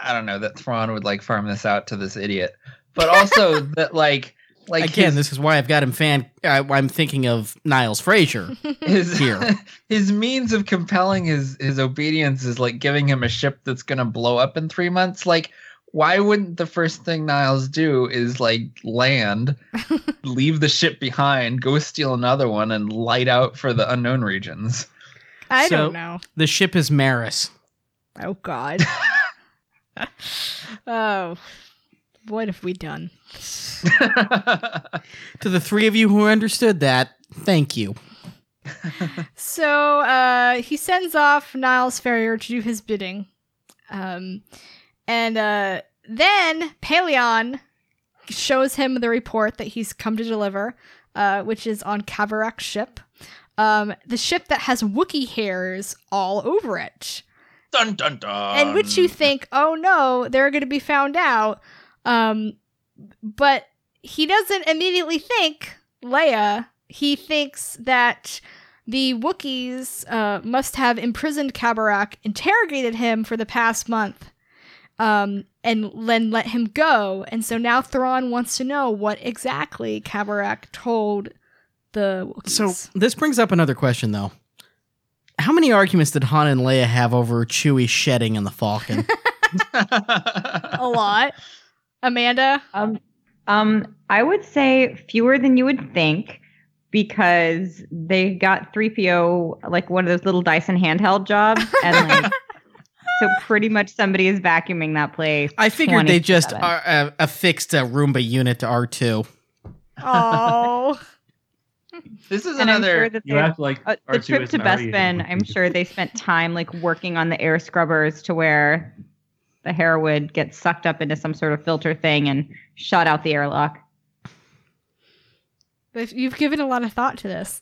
I don't know that Thrawn would like farm this out to this idiot, but also that like, like Again, his, this is why I've got him fan. I, I'm thinking of Niles Frasier. his here. his means of compelling his his obedience is like giving him a ship that's gonna blow up in three months. Like, why wouldn't the first thing Niles do is like land, leave the ship behind, go steal another one, and light out for the unknown regions? I So- don't know. the ship is Maris. Oh God. oh, what have we done? To the three of you who understood that, thank you. So uh, he sends off Niles Ferrier to do his bidding, um, and uh, then Paleon shows him the report that he's come to deliver, uh, which is on Kavarak's ship, um, the ship that has Wookiee hairs all over it. dun dun dun. and which you think, oh no, they're going to be found out. Um, but he doesn't immediately think Leia. He thinks that the Wookiees uh, must have imprisoned Kabarak, interrogated him for the past month, um, and then let him go. And so now Thrawn wants to know what exactly Kabarak told the So Wookiees. this brings up another question, though. How many arguments did Han and Leia have over Chewie shedding in the Falcon? a lot. Amanda, Um, um, I would say fewer than you would think because they got 3PO like one of those little Dyson handheld jobs, and like, so pretty much somebody is vacuuming that place. I figured they just 24/7. are, uh, affixed a Roomba unit to R two. oh. This is And I'm another. sure that You they- act like Uh, the trip R2 to isn't already in Bespin, the I'm movie. sure they spent time like working on the air scrubbers to where the hair would get sucked up into some sort of filter thing and shot out the airlock. But You've given a lot of thought to this.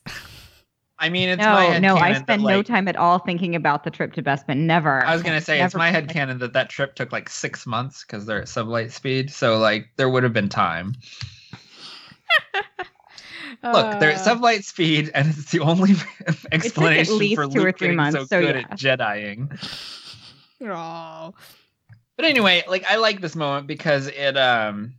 I mean, it's my no, head no, I canon that, spent no like- time at all thinking about the trip to Bespin. Never. I was gonna say it's Never- my head canon that that trip took like six months because they're at sublight speed, so like there would have been time. Look, Uh. they're at sublight speed, and it's the only explanation least for two or Luke three getting months, so, so good yeah. at Jediing. Oh. But anyway, like I like this moment because it, um,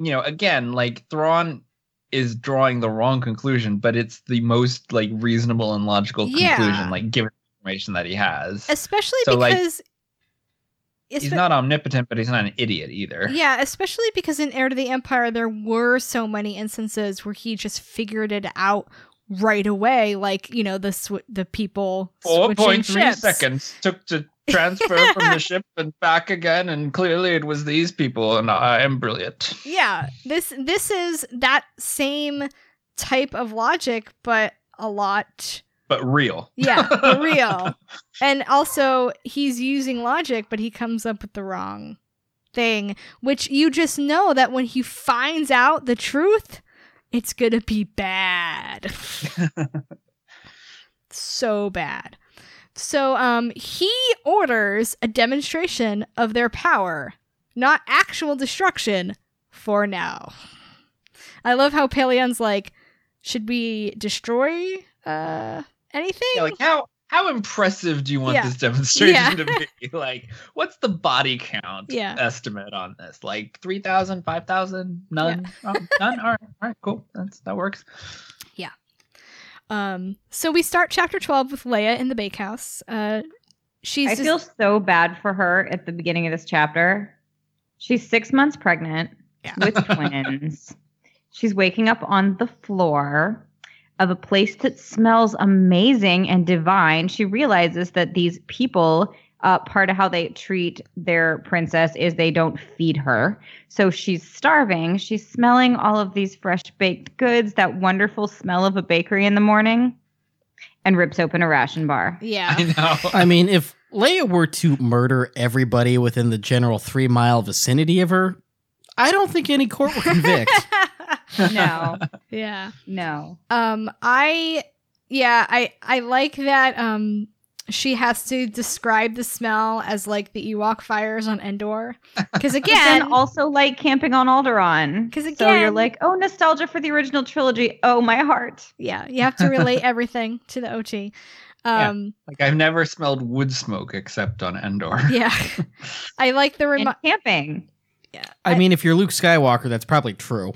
you know, again, like Thrawn is drawing the wrong conclusion, but it's the most like reasonable and logical Yeah. conclusion, like given the information that he has. especially So, like, because he's espe- not omnipotent, but he's not an idiot either. yeah especially because in heir to the empire there were so many instances where he just figured it out right away like you know the sw- the people Four switching point three ships. seconds took to transfer from the ship and back again, and clearly it was these people, and I am brilliant. yeah this this is that same type of logic but a lot But real. Yeah, for real. And also, he's using logic, but he comes up with the wrong thing, which you just know that when he finds out the truth, it's going to be bad. so bad. So, um, he orders a demonstration of their power, not actual destruction for now. I love how Paleon's like, should we destroy uh anything? Yeah, like how how impressive do you want Yeah. this demonstration Yeah. to be? Like, what's the body count Yeah. estimate on this? Like 3,000, 5,000? None? Oh, none? All right, all right, cool. That's that works. Um, so we start chapter 12 with Leia in the bakehouse. Uh, she's I just- feel so bad for her at the beginning of this chapter. She's six months pregnant Yeah. with twins. She's waking up on the floor of a place that smells amazing and divine. She realizes that these people, uh, part of how they treat their princess is they don't feed her. So she's starving. She's smelling all of these fresh baked goods, that wonderful smell of a bakery in the morning, and rips open a ration bar. yeah, I know. I mean, if Leia were to murder everybody within the general three mile vicinity of her, I don't think any court would convict. No, yeah. no. Um, I, yeah, I, I like that. Um, she has to describe the smell as like the Ewok fires on Endor, because And again, also like camping on Alderaan. 'Cause so you're again- like, oh, nostalgia for the original trilogy. Oh, my heart. yeah, you have to relate everything to the OT. Um, Like I've never smelled wood smoke except on Endor. yeah, I like the And remi- camping. yeah. I mean, if you're Luke Skywalker, that's probably true.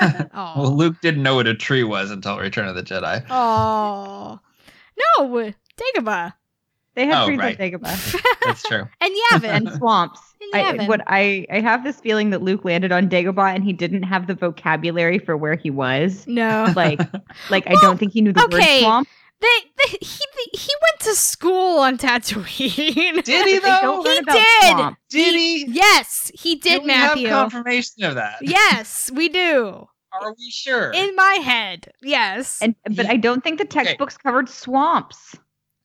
oh, Well, Luke didn't know what a tree was until Return of the Jedi. oh, no, Dagobah They had Oh, trees right. at Dagobah That's true. and and Yavin. swamps. And I, Yavin. what I, I have this feeling that Luke landed on Dagobah and he didn't have the vocabulary for where he was. no, Like, like I Well, don't think he knew the okay. word swamp. They, they he he went to school on Tatooine. Did he They though? don't learn He about did! swamp. Did he? yes, he did, Do we Matthew. have confirmation of that? yes, we do. Are we sure? In my head, yes. And but He- I don't think the textbooks covered swamps.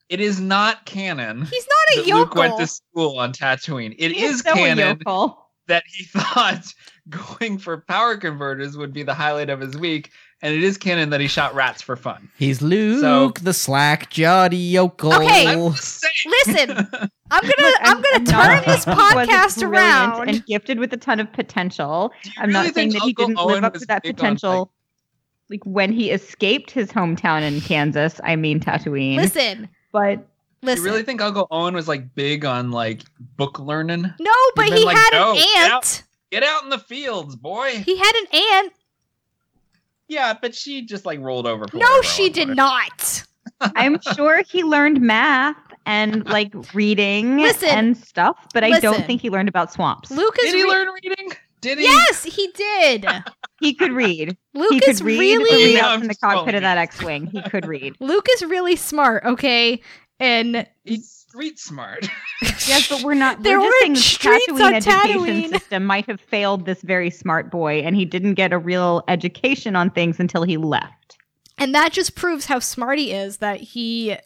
it is not canon. He's not a that Luke went yokel. to school on Tatooine. It He is is so canon yokel. that he thought going for power converters would be the highlight of his week, and it is canon that he shot rats for fun. He's Luke, the slack jawed yokel. Okay. Oh. I'm just saying. Listen, I'm gonna Look, I'm, gonna not turn this saying he wasn't podcast brilliant around. and gifted with a ton of potential. Do you I'm really not saying think that he Uncle didn't Owen live up was to that big on, potential. like- like when he escaped his hometown in Kansas, I mean Tatooine. listen, but listen. You really think Uncle Owen was like big on like book learning? no, but been he like, "Oh, had "No, an get out." aunt. Get out in the fields, boy. He had an aunt. Yeah, but she just like rolled over. for No, whatever she one did wanted. not. I'm sure he learned math and like reading Listen. and stuff, but I Listen. don't think he learned about swamps. Luke is Did he re- learn reading? Did he? Yes, he did. he could read. he Luke could is read really the No, readouts I'm in the just calling cockpit you. of that X-wing. He could read. Luke is really smart, okay? And He's street smart. Yes, but we're not. There we're were just saying the streets Tatooine on education Tatooine. system might have failed this very smart boy, and he didn't get a real education on things until he left. and that just proves how smart he is that he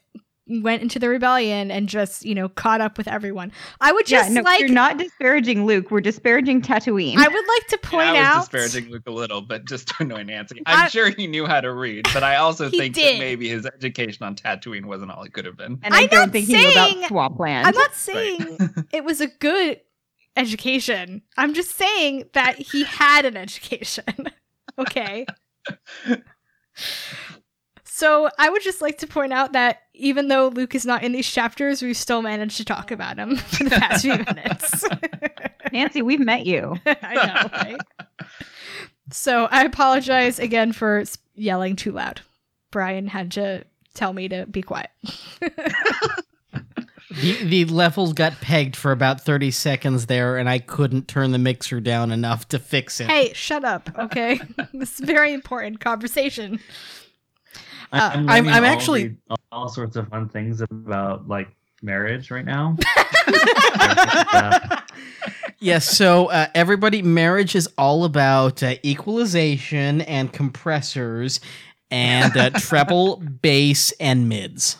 went into the rebellion and just, you know, caught up with everyone. I would just yeah, no, like you're not disparaging Luke. We're disparaging Tatooine. I would like to point I was out disparaging Luke a little, but just to annoy Nancy. I'm I- sure he knew how to read, but I also He think did. that maybe his education on Tatooine wasn't all it could have been. and I I'm don't not think he knew about saying- swampland. I'm not saying it was a good education. I'm just saying that he had an education. okay. So I would just like to point out that even though Luke is not in these chapters, we've still managed to talk about him for the past few minutes. Nancy, we've met you. I know, right? So I apologize again for s- yelling too loud. Brian had to tell me to be quiet. The, the levels got pegged for about 30 seconds there, and I couldn't turn the mixer down enough to fix it. Hey, shut up, okay? this is a very important conversation. I- Uh, I'm- learning I'm all actually- the- all, all sorts of fun things about like marriage right now. Yes, so uh, everybody, marriage is all about uh, equalization and compressors and uh, treble, bass, and mids.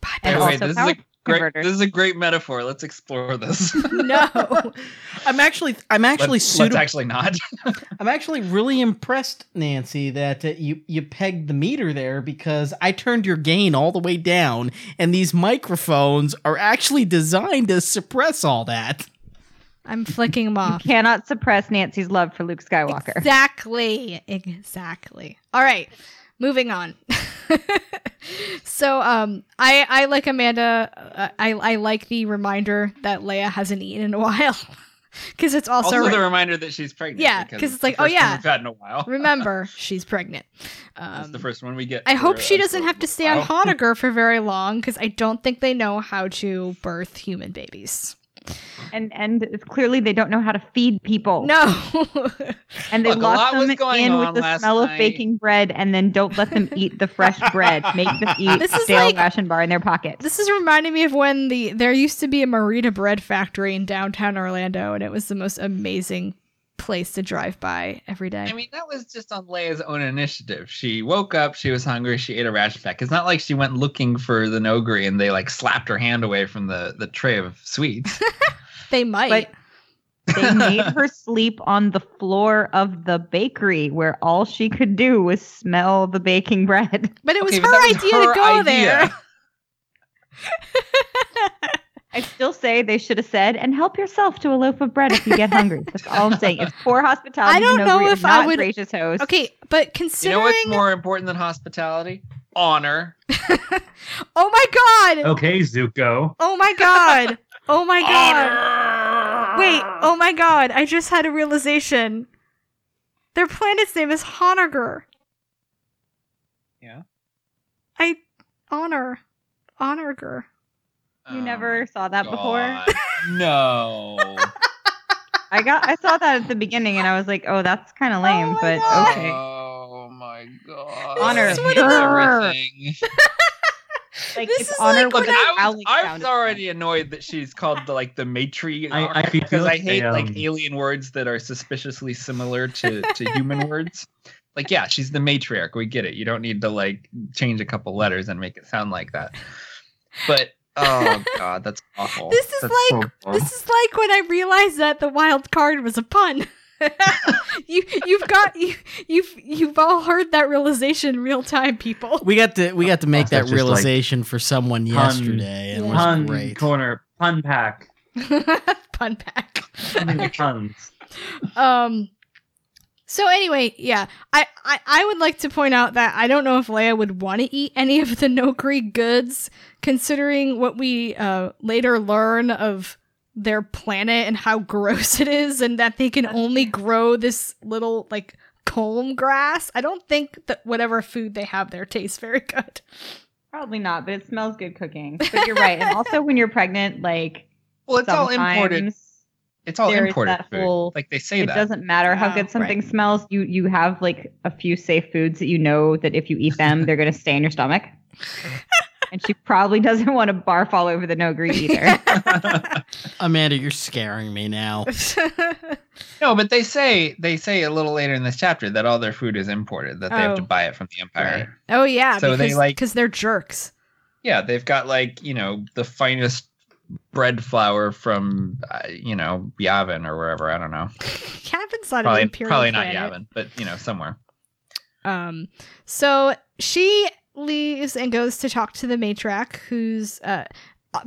Bye, Hey, And bye. wait, also this is power a great converters. this is a great metaphor. Let's explore this. no. I'm actually, I'm actually let's, let's suitable. actually not. I'm actually really impressed, Nancy, that uh, you you pegged the meter there because I turned your gain all the way down, and these microphones are actually designed to suppress all that. I'm flicking him off. Cannot suppress Nancy's love for Luke Skywalker. Exactly. Exactly. All right. Moving on. so um I I like Amanda uh, I I like the reminder that Leia hasn't eaten in a while cuz it's also, also, the reminder that she's pregnant. Yeah, 'cause it's like, the oh, first one yeah. we've had in a while. remember she's pregnant. That's Um the first one we get. I for hope a- she doesn't for have to a stay on while. Honegger for very long cuz I don't think they know how to birth human babies. And and it's clearly they don't know how to feed Oh. people. No. And they Look, a lock lot was them going in with on the last smell of night. baking bread and then don't let them eat the fresh bread. Make them eat This is stale like- ration bar in their pocket. This is reminding me of when the there used to be a Marita bread factory in downtown Orlando, and it was the most amazing place to drive by every day. I mean, that was just on Leia's own initiative. She woke up, she was hungry, she ate a ration pack. It's not like she went looking for the Nogri and they like slapped her hand away from the the tray of sweets. they might. But they made her sleep on the floor of the bakery where all she could do was smell the baking bread. but it was Okay, her but that was idea her to go idea. there. I still say they should have said, and help yourself to a loaf of bread if you get hungry. That's all I'm saying. It's poor hospitality. I don't to know Nogri, if I not would- gracious host. Okay, but you considering, know what's more important than hospitality? Honor. oh my god, okay, Zuko. oh my god, oh my god, wait, oh my god, I just had a realization. Their planet's name is Honegger. Yeah. I honor, Honegger. You never saw that before. Oh God, No. I got I saw that at the beginning and I was like, oh, that's kind of lame, my but God. okay. Oh my god. Honor. I hate What a- everything. Like This it's is honor like with Look, an I was, owly I sound was effect. already annoyed that she's called the, like the matriarch I- I feel because I like hate I, like um, alien words that are suspiciously similar to to human words. Like yeah, she's the matriarch. We get it. You don't need to like change a couple letters and make it sound like that. But oh god, that's awful. This is That's like horrible. This is like when I realized that the wild card was a pun. you you've got you you've you've all heard that realization in real time, people. We got to we got to make Also that just, like, realization for someone pun- yesterday, and it was Pun great. corner, pun pack, pun pack. Something with puns. Um so anyway, yeah, I, I, I would like to point out that I don't know if Leia would want to eat any of the Nokri goods, considering what we uh, later learn of their planet and how gross it is, and that they can only grow this little like comb grass. I don't think that whatever food they have there tastes very good. Probably not, but it smells good cooking. But you're right. And also when you're pregnant, like well, it's all imported. sometimes It's all there is imported that food. whole- like they say it that. doesn't matter how Yeah, good something smells. You you have like a few safe foods that you know that if you eat them, they're gonna stay in your stomach. and she probably doesn't want to barf all over the nogri either. Amanda, you're scaring me now. No, but they say they say a little later in this chapter that all their food is imported, that they have to Oh. buy it from the empire. Right. oh yeah, So they, because like- cause they're jerks. Yeah, they've got like you know the finest bread flour from uh, you know Yavin or wherever. I don't know. Cabin's not an Probably imperial probably not planet. Yavin, but you know somewhere. Um, so she leaves and goes to talk to the matriarch, who's uh,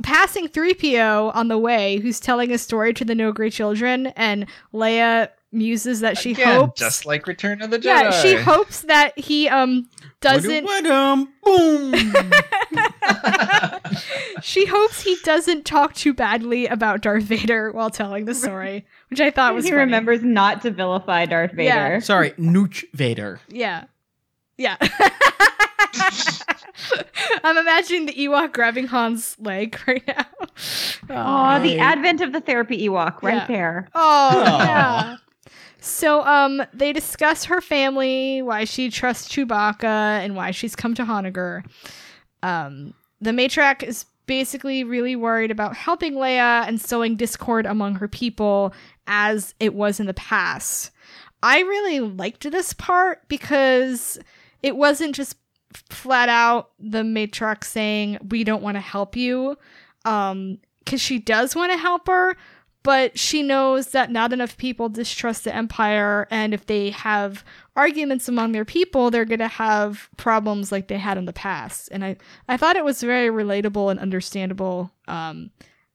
passing 3PO on the way, who's telling a story to the Nogri children, and Leia muses that she Again, hopes. just like Return of the Jedi. yeah, she hopes that he um doesn't Wa-dum, wa-dum, boom. She hopes he doesn't talk too badly about Darth Vader while telling the story, which I thought was he funny. remembers not to vilify Darth Vader. Yeah. Sorry, Nooch Vader. Yeah. Yeah. I'm imagining the Ewok grabbing Han's leg right now. Oh, the Right. advent of the therapy Ewok right Yeah. there. Oh, Aw. yeah. So, um, they discuss her family, why she trusts Chewbacca, and why she's come to Honegger. Um, the matriarch is basically really worried about helping Leia and sowing discord among her people as it was in the past. I really liked this part because it wasn't just flat out the matriarch saying, We don't want to help you. Um, because she does want to help her, but she knows that not enough people distrust the empire and if they have arguments among their people they're going to have problems like they had in the past and i i thought it was very relatable and understandable um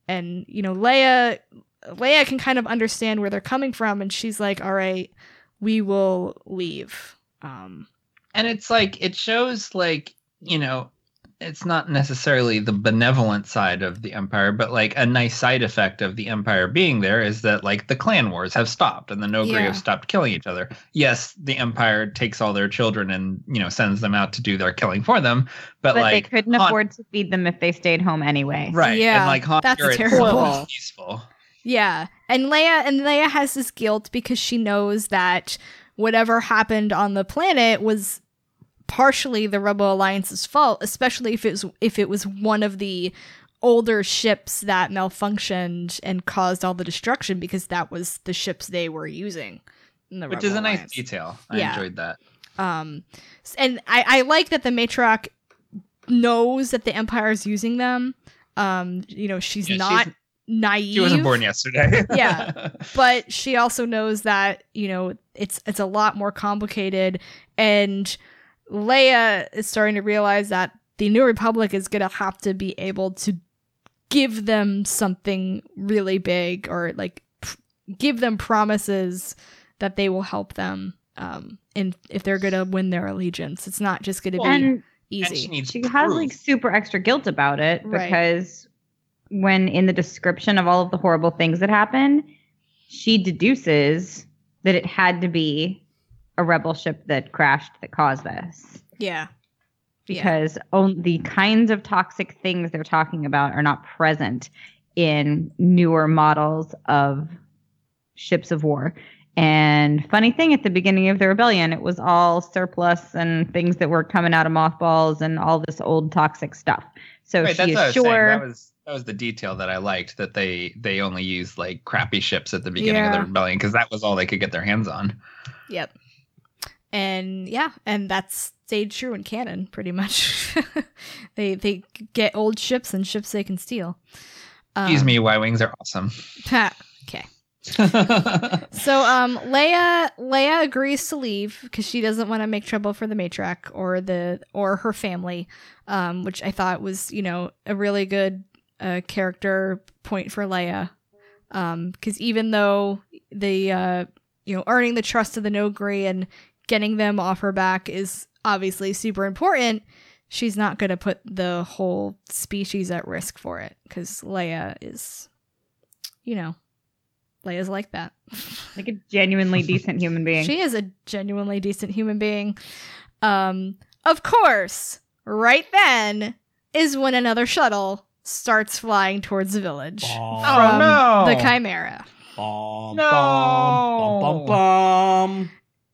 and you know leia leia can kind of understand where they're coming from and she's like all right we will leave um and it's like it shows like you know it's not necessarily the benevolent side of the empire but like a nice side effect of the empire being there is that like the clan wars have stopped and the nogri Yeah. have stopped killing each other yes the empire takes all their children and you know sends them out to do their killing for them but, But they like couldn't Han- afford to feed them if they stayed home anyway. right Yeah, and like Han that's Jarrett terrible. is peaceful Yeah. And Leia and Leia has this guilt because she knows that whatever happened on the planet was partially the Rebel Alliance's fault, especially if it was if it was one of the older ships that malfunctioned and caused all the destruction because that was the ships they were using. in the which Rebel is a nice Alliance. detail i Yeah. enjoyed that Um, s- and I, I like that the matriarch knows that the Empire is using them. Um, you know, she's Yeah, she's- not naive. she wasn't born yesterday Yeah. but she also knows that you know it's it's a lot more complicated and leia is starting to realize that the new republic is going to have to be able to give them something really big or like pr- give them promises that they will help them um and if they're going to win their allegiance it's not just going to Well, be And And she easy needs she has proof. like super extra guilt about it Right. because when in the description of all of the horrible things that happen, she deduces that it had to be a rebel ship that crashed that caused this. yeah yeah because on- the kinds of toxic things they're talking about are not present in newer models of ships of war. And funny thing, at the beginning of the rebellion, it was all surplus and things that were coming out of mothballs and all this old toxic stuff. So Right, she that's what I was is saying. That sure. was that was the detail that I liked that they they only used like crappy ships at the beginning of Yeah. the rebellion because that was all they could get their hands on. yep and yeah and that's stayed true in canon pretty much they they get old ships and ships they can steal Excuse Uh. Um, me, Y wings are awesome. ha. so um leia leia agrees to leave because she doesn't want to make trouble for the matriarch or the or her family um which i thought was you know a really good uh character point for leia um because even though the uh you know earning the trust of the nogri and getting them off her back is obviously super important she's not going to put the whole species at risk for it because leia is you know leia's like that like a genuinely decent human being. she is a genuinely decent human being. Um, of course, right then is when another shuttle starts flying towards the village. Bum, from Oh, no. The Chimera. bum, No. bum, bum, bum, bum.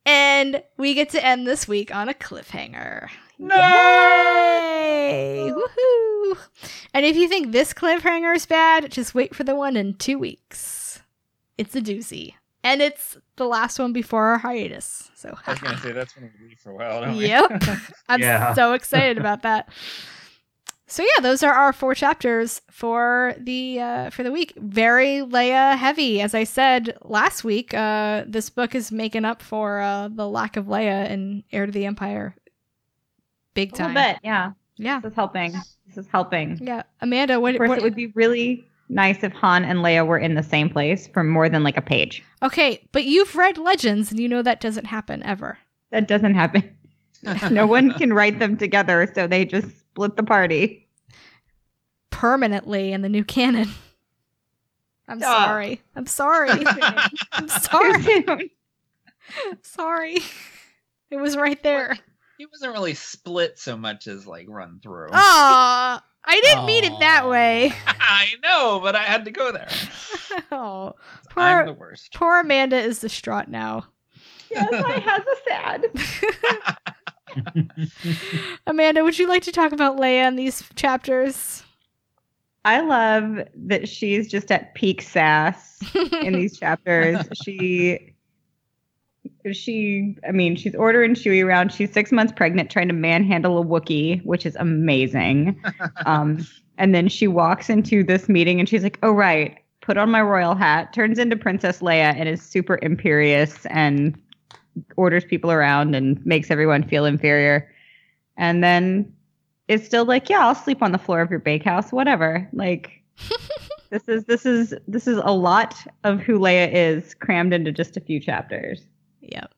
And we get to end this week on a cliffhanger. Yay! Woohoo! And if you think this cliffhanger is bad, just wait for the one in two weeks. It's a doozy. And it's the last one before our hiatus. So, I was gonna say that's when we leave for a while. Don't we? Yep. I'm Yeah. so excited about that. So yeah, those are our four chapters for the uh, for the week. Very Leia heavy, as I said last week. Uh, this book is making up for uh, the lack of Leia in Heir to the Empire, big a little time. bit, yeah. Yeah, This is helping. This is helping. yeah. Amanda, what? Of course, what it would be really nice if Han and Leia were in the same place for more than like a page. okay, but you've read Legends, and you know that doesn't happen ever. That doesn't happen. no one can write them together, so they just split the party. permanently in the new canon. I'm Ah. sorry. I'm sorry. I'm sorry. Soon. sorry. It was right there. He wasn't really split so much as like run through. Oh. Aw, I didn't mean it that Aw. way. I know, but I had to go there. Oh, poor, I'm the worst. poor Amanda is distraught now. yes, I has a sad. Amanda, would you like to talk about Leia in these chapters? I love that she's just at peak sass in these chapters. She she I mean, she's ordering Chewie around. She's six months pregnant trying to manhandle a Wookiee, which is amazing. Um, and then she walks into this meeting and she's like, Oh right, put on my royal hat, turns into Princess Leia and is super imperious and orders people around and makes everyone feel inferior. And then is still like, yeah, I'll sleep on the floor of your bakehouse, whatever. Like, this is this is this is a lot of who Leia is crammed into just a few chapters. Yep.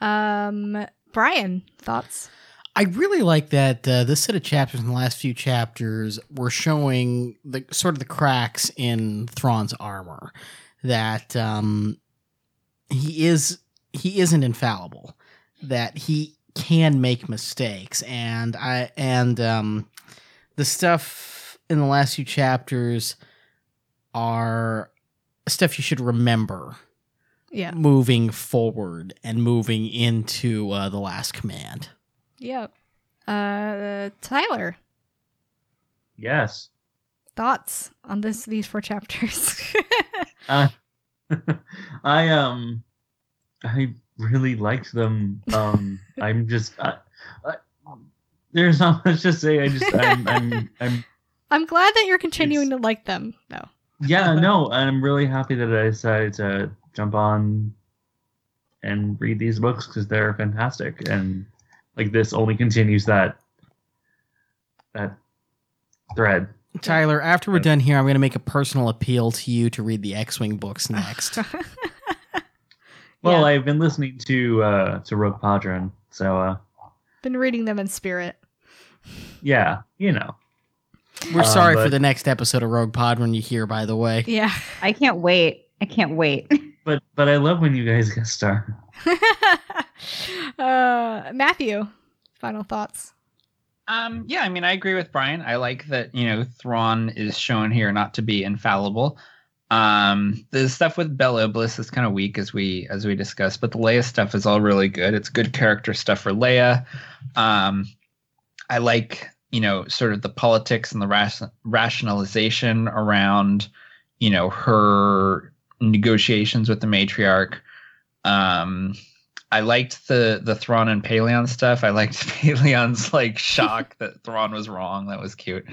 Um, Brian, thoughts? I really like that uh, this set of chapters in the last few chapters were showing the sort of the cracks in Thrawn's armor that um, he is he isn't infallible that he can make mistakes and I and um, the stuff in the last few chapters are stuff you should remember Yeah. moving forward and moving into uh, the last command. Yep. Uh, Tyler, Yes. thoughts on this these four chapters? Uh, I um, I really liked them. Um, I'm just I, I, there's not much to say. I just I'm I'm, I'm I'm glad that you're continuing to like them, though. yeah no, and I'm really happy that I decided to jump on and read these books because they're fantastic and like this only continues that that thread. Tyler, after we're done here, I'm going to make a personal appeal to you to read the X-wing books next. Well, Yeah. I've been listening to uh to Rogue Padron, so uh Been reading them in spirit. yeah, you know. We're Uh, sorry for but- the next episode of Rogue Pod when you hear. By the way, Yeah. I can't wait. I can't wait. But but I love when you guys guest star. uh, Matthew, final thoughts. Um, yeah, I mean, I agree with Brian. I like that you know Thrawn is shown here not to be infallible. Um, the stuff with Bella Bliss is kind of weak as we as we discussed, but the Leia stuff is all really good. It's good character stuff for Leia. Um, I like you know sort of the politics and the ration- rationalization around you know her negotiations with the matriarch. Um, I liked the the Thrawn and Paleon stuff. I liked Paleon's like shock that Thrawn was wrong. That was cute.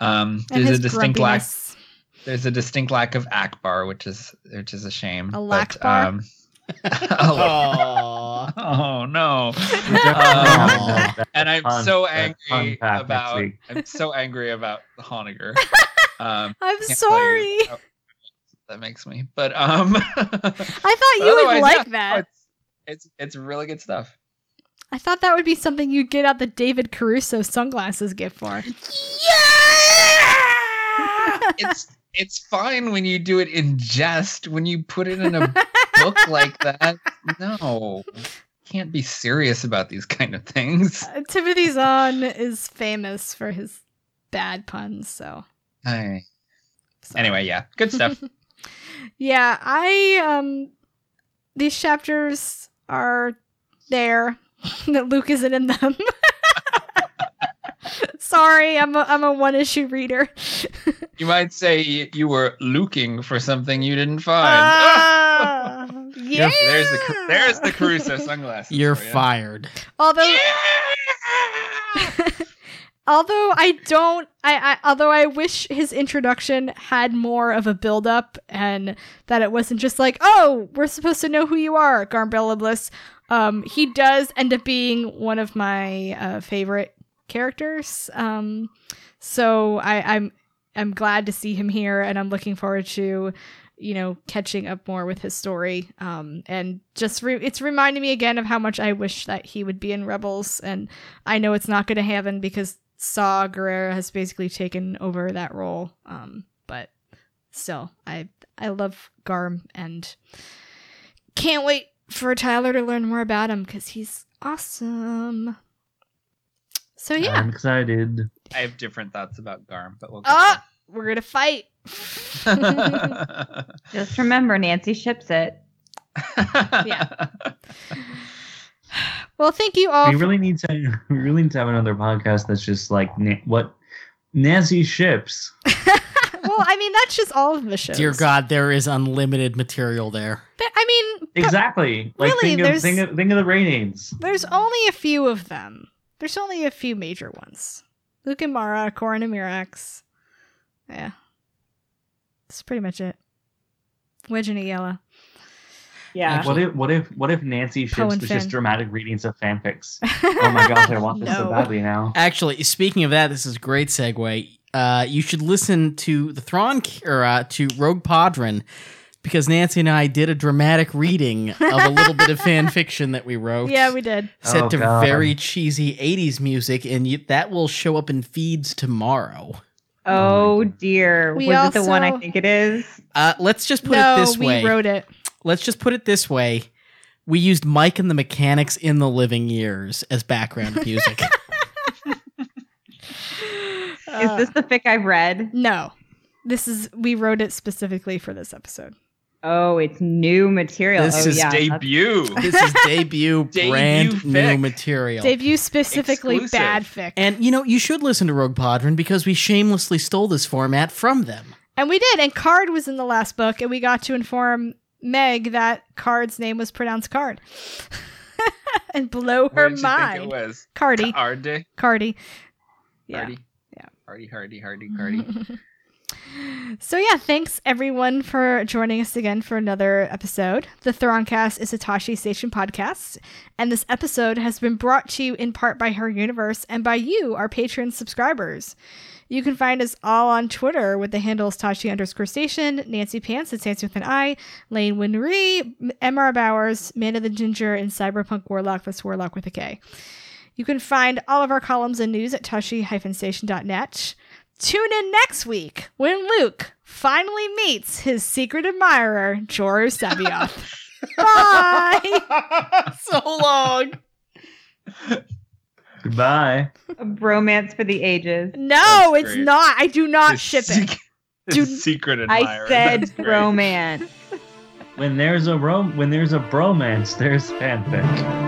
Um, And there's a his distinct lack. grumpiness. There's a distinct lack of Akbar, which is which is a shame. A But, Lakbar? um, oh, oh no! Um, Aw. and I'm Pun- so that's pun angry pack next about week. I'm so angry about Honegger. Um, I'm can't tell sorry. you how- That makes me. But um, I thought you Otherwise, would like yeah, no, that. it's, it's it's really good stuff. I thought that would be something you'd get out the David Caruso sunglasses gift for. It's it's fine when you do it in jest. When you put it in a book like that, no, can't be serious about these kind of things. Uh, Timothy Zahn is famous for his bad puns, so. I- so. anyway, yeah, good stuff. Yeah, I um these chapters are there that Luke isn't in them. Sorry, I'm a, I'm a one issue reader. you might say you, you were looking for something you didn't find. Ah, yeah. There's the Cru- there's the Caruso sunglasses. you're for ya. fired. Although Yeah! although I don't I, I although I wish his introduction had more of a build up and that it wasn't just like, "Oh, we're supposed to know who you are, Garbella Bliss." Um he does end up being one of my uh, favorite characters. Um so I I'm I'm glad to see him here and I'm looking forward to you know catching up more with his story um and just re- it's reminding me again of how much I wish that he would be in Rebels and I know it's not going to happen because Saw Guerrera has basically taken over that role. Um, but still, I I love Garm and can't wait for Tyler to learn more about him because he's awesome. So Oh, yeah, I'm excited. I have different thoughts about Garm, but we'll get ah, we're gonna fight. there. Just remember, Nancy ships it. Yeah. well, thank you all. We for- really need to. We really need to have another podcast that's just like Na- what Nancy ships. well, I mean that's just all of the shows. Dear God, there is unlimited material there. But, I mean, but Exactly. Like Really, think of, there's- think of think of the ratings. there's only a few of them. There's only a few major ones. Luke and Mara, Corin and Mirax. Yeah, that's pretty much it. Wedge and Yella. Yeah. What if what if what if Nancy Poe ships and was just Finn. dramatic readings of fanfics? Oh my gosh, I want this so No. badly now. Actually, speaking of that, this is a great segue. Uh, you should listen to the Thrawn or uh, to Rogue Podrin because Nancy and I did a dramatic reading of a little bit of fan fiction that we wrote. Yeah, we did. set Oh, to God. very cheesy 80s music and you, that will show up in feeds tomorrow. Oh dear. We Was it the one I also- think it is? Uh, let's just put no, it this we way. wrote it. let's just put it this way. We used Mike and the Mechanics in the Living Years as background music. Uh, is this the fic I've read? no? This is we wrote it specifically for this episode. Oh, it's new material. This oh, is yeah. that's- Debut. this is debut, Debut brand new fic. material. Debut specifically Exclusive. bad fic, and, and you know, you should listen to Rogue Podrin because we shamelessly stole this format from them. we did. And Card was in the last book, and we got to inform Meg that Card's name was pronounced Card, and blow her Where did you think it mind. was? Cardi, Arde. Cardi, yeah. Hardy. Yeah. Hardy, Hardy, Hardy, Hardy. So yeah, thanks everyone for joining us again for another episode. The Throncast is a Tashi Station podcast, and this episode has been brought to you in part by her universe and by you, our Patreon subscribers. You can find us all on Twitter with the handles Tashi underscore station, Nancy Pants, it's Nancy with an I, Lane Winry, MR Bowers, Man of the Ginger, and Cyberpunk Warlock, that's Warlock with a K. You can find all of our columns and news at tashi-station.net. Tune in next week when Luke finally meets his secret admirer, Joru Sebioff. Bye! So long. Goodbye. a bromance for the ages. No, That's it's great. not. I do not His ship it. sec- Do- his secret admirer. I said That's great. bromance. When there's a rom when there's a bromance, there's fanfic.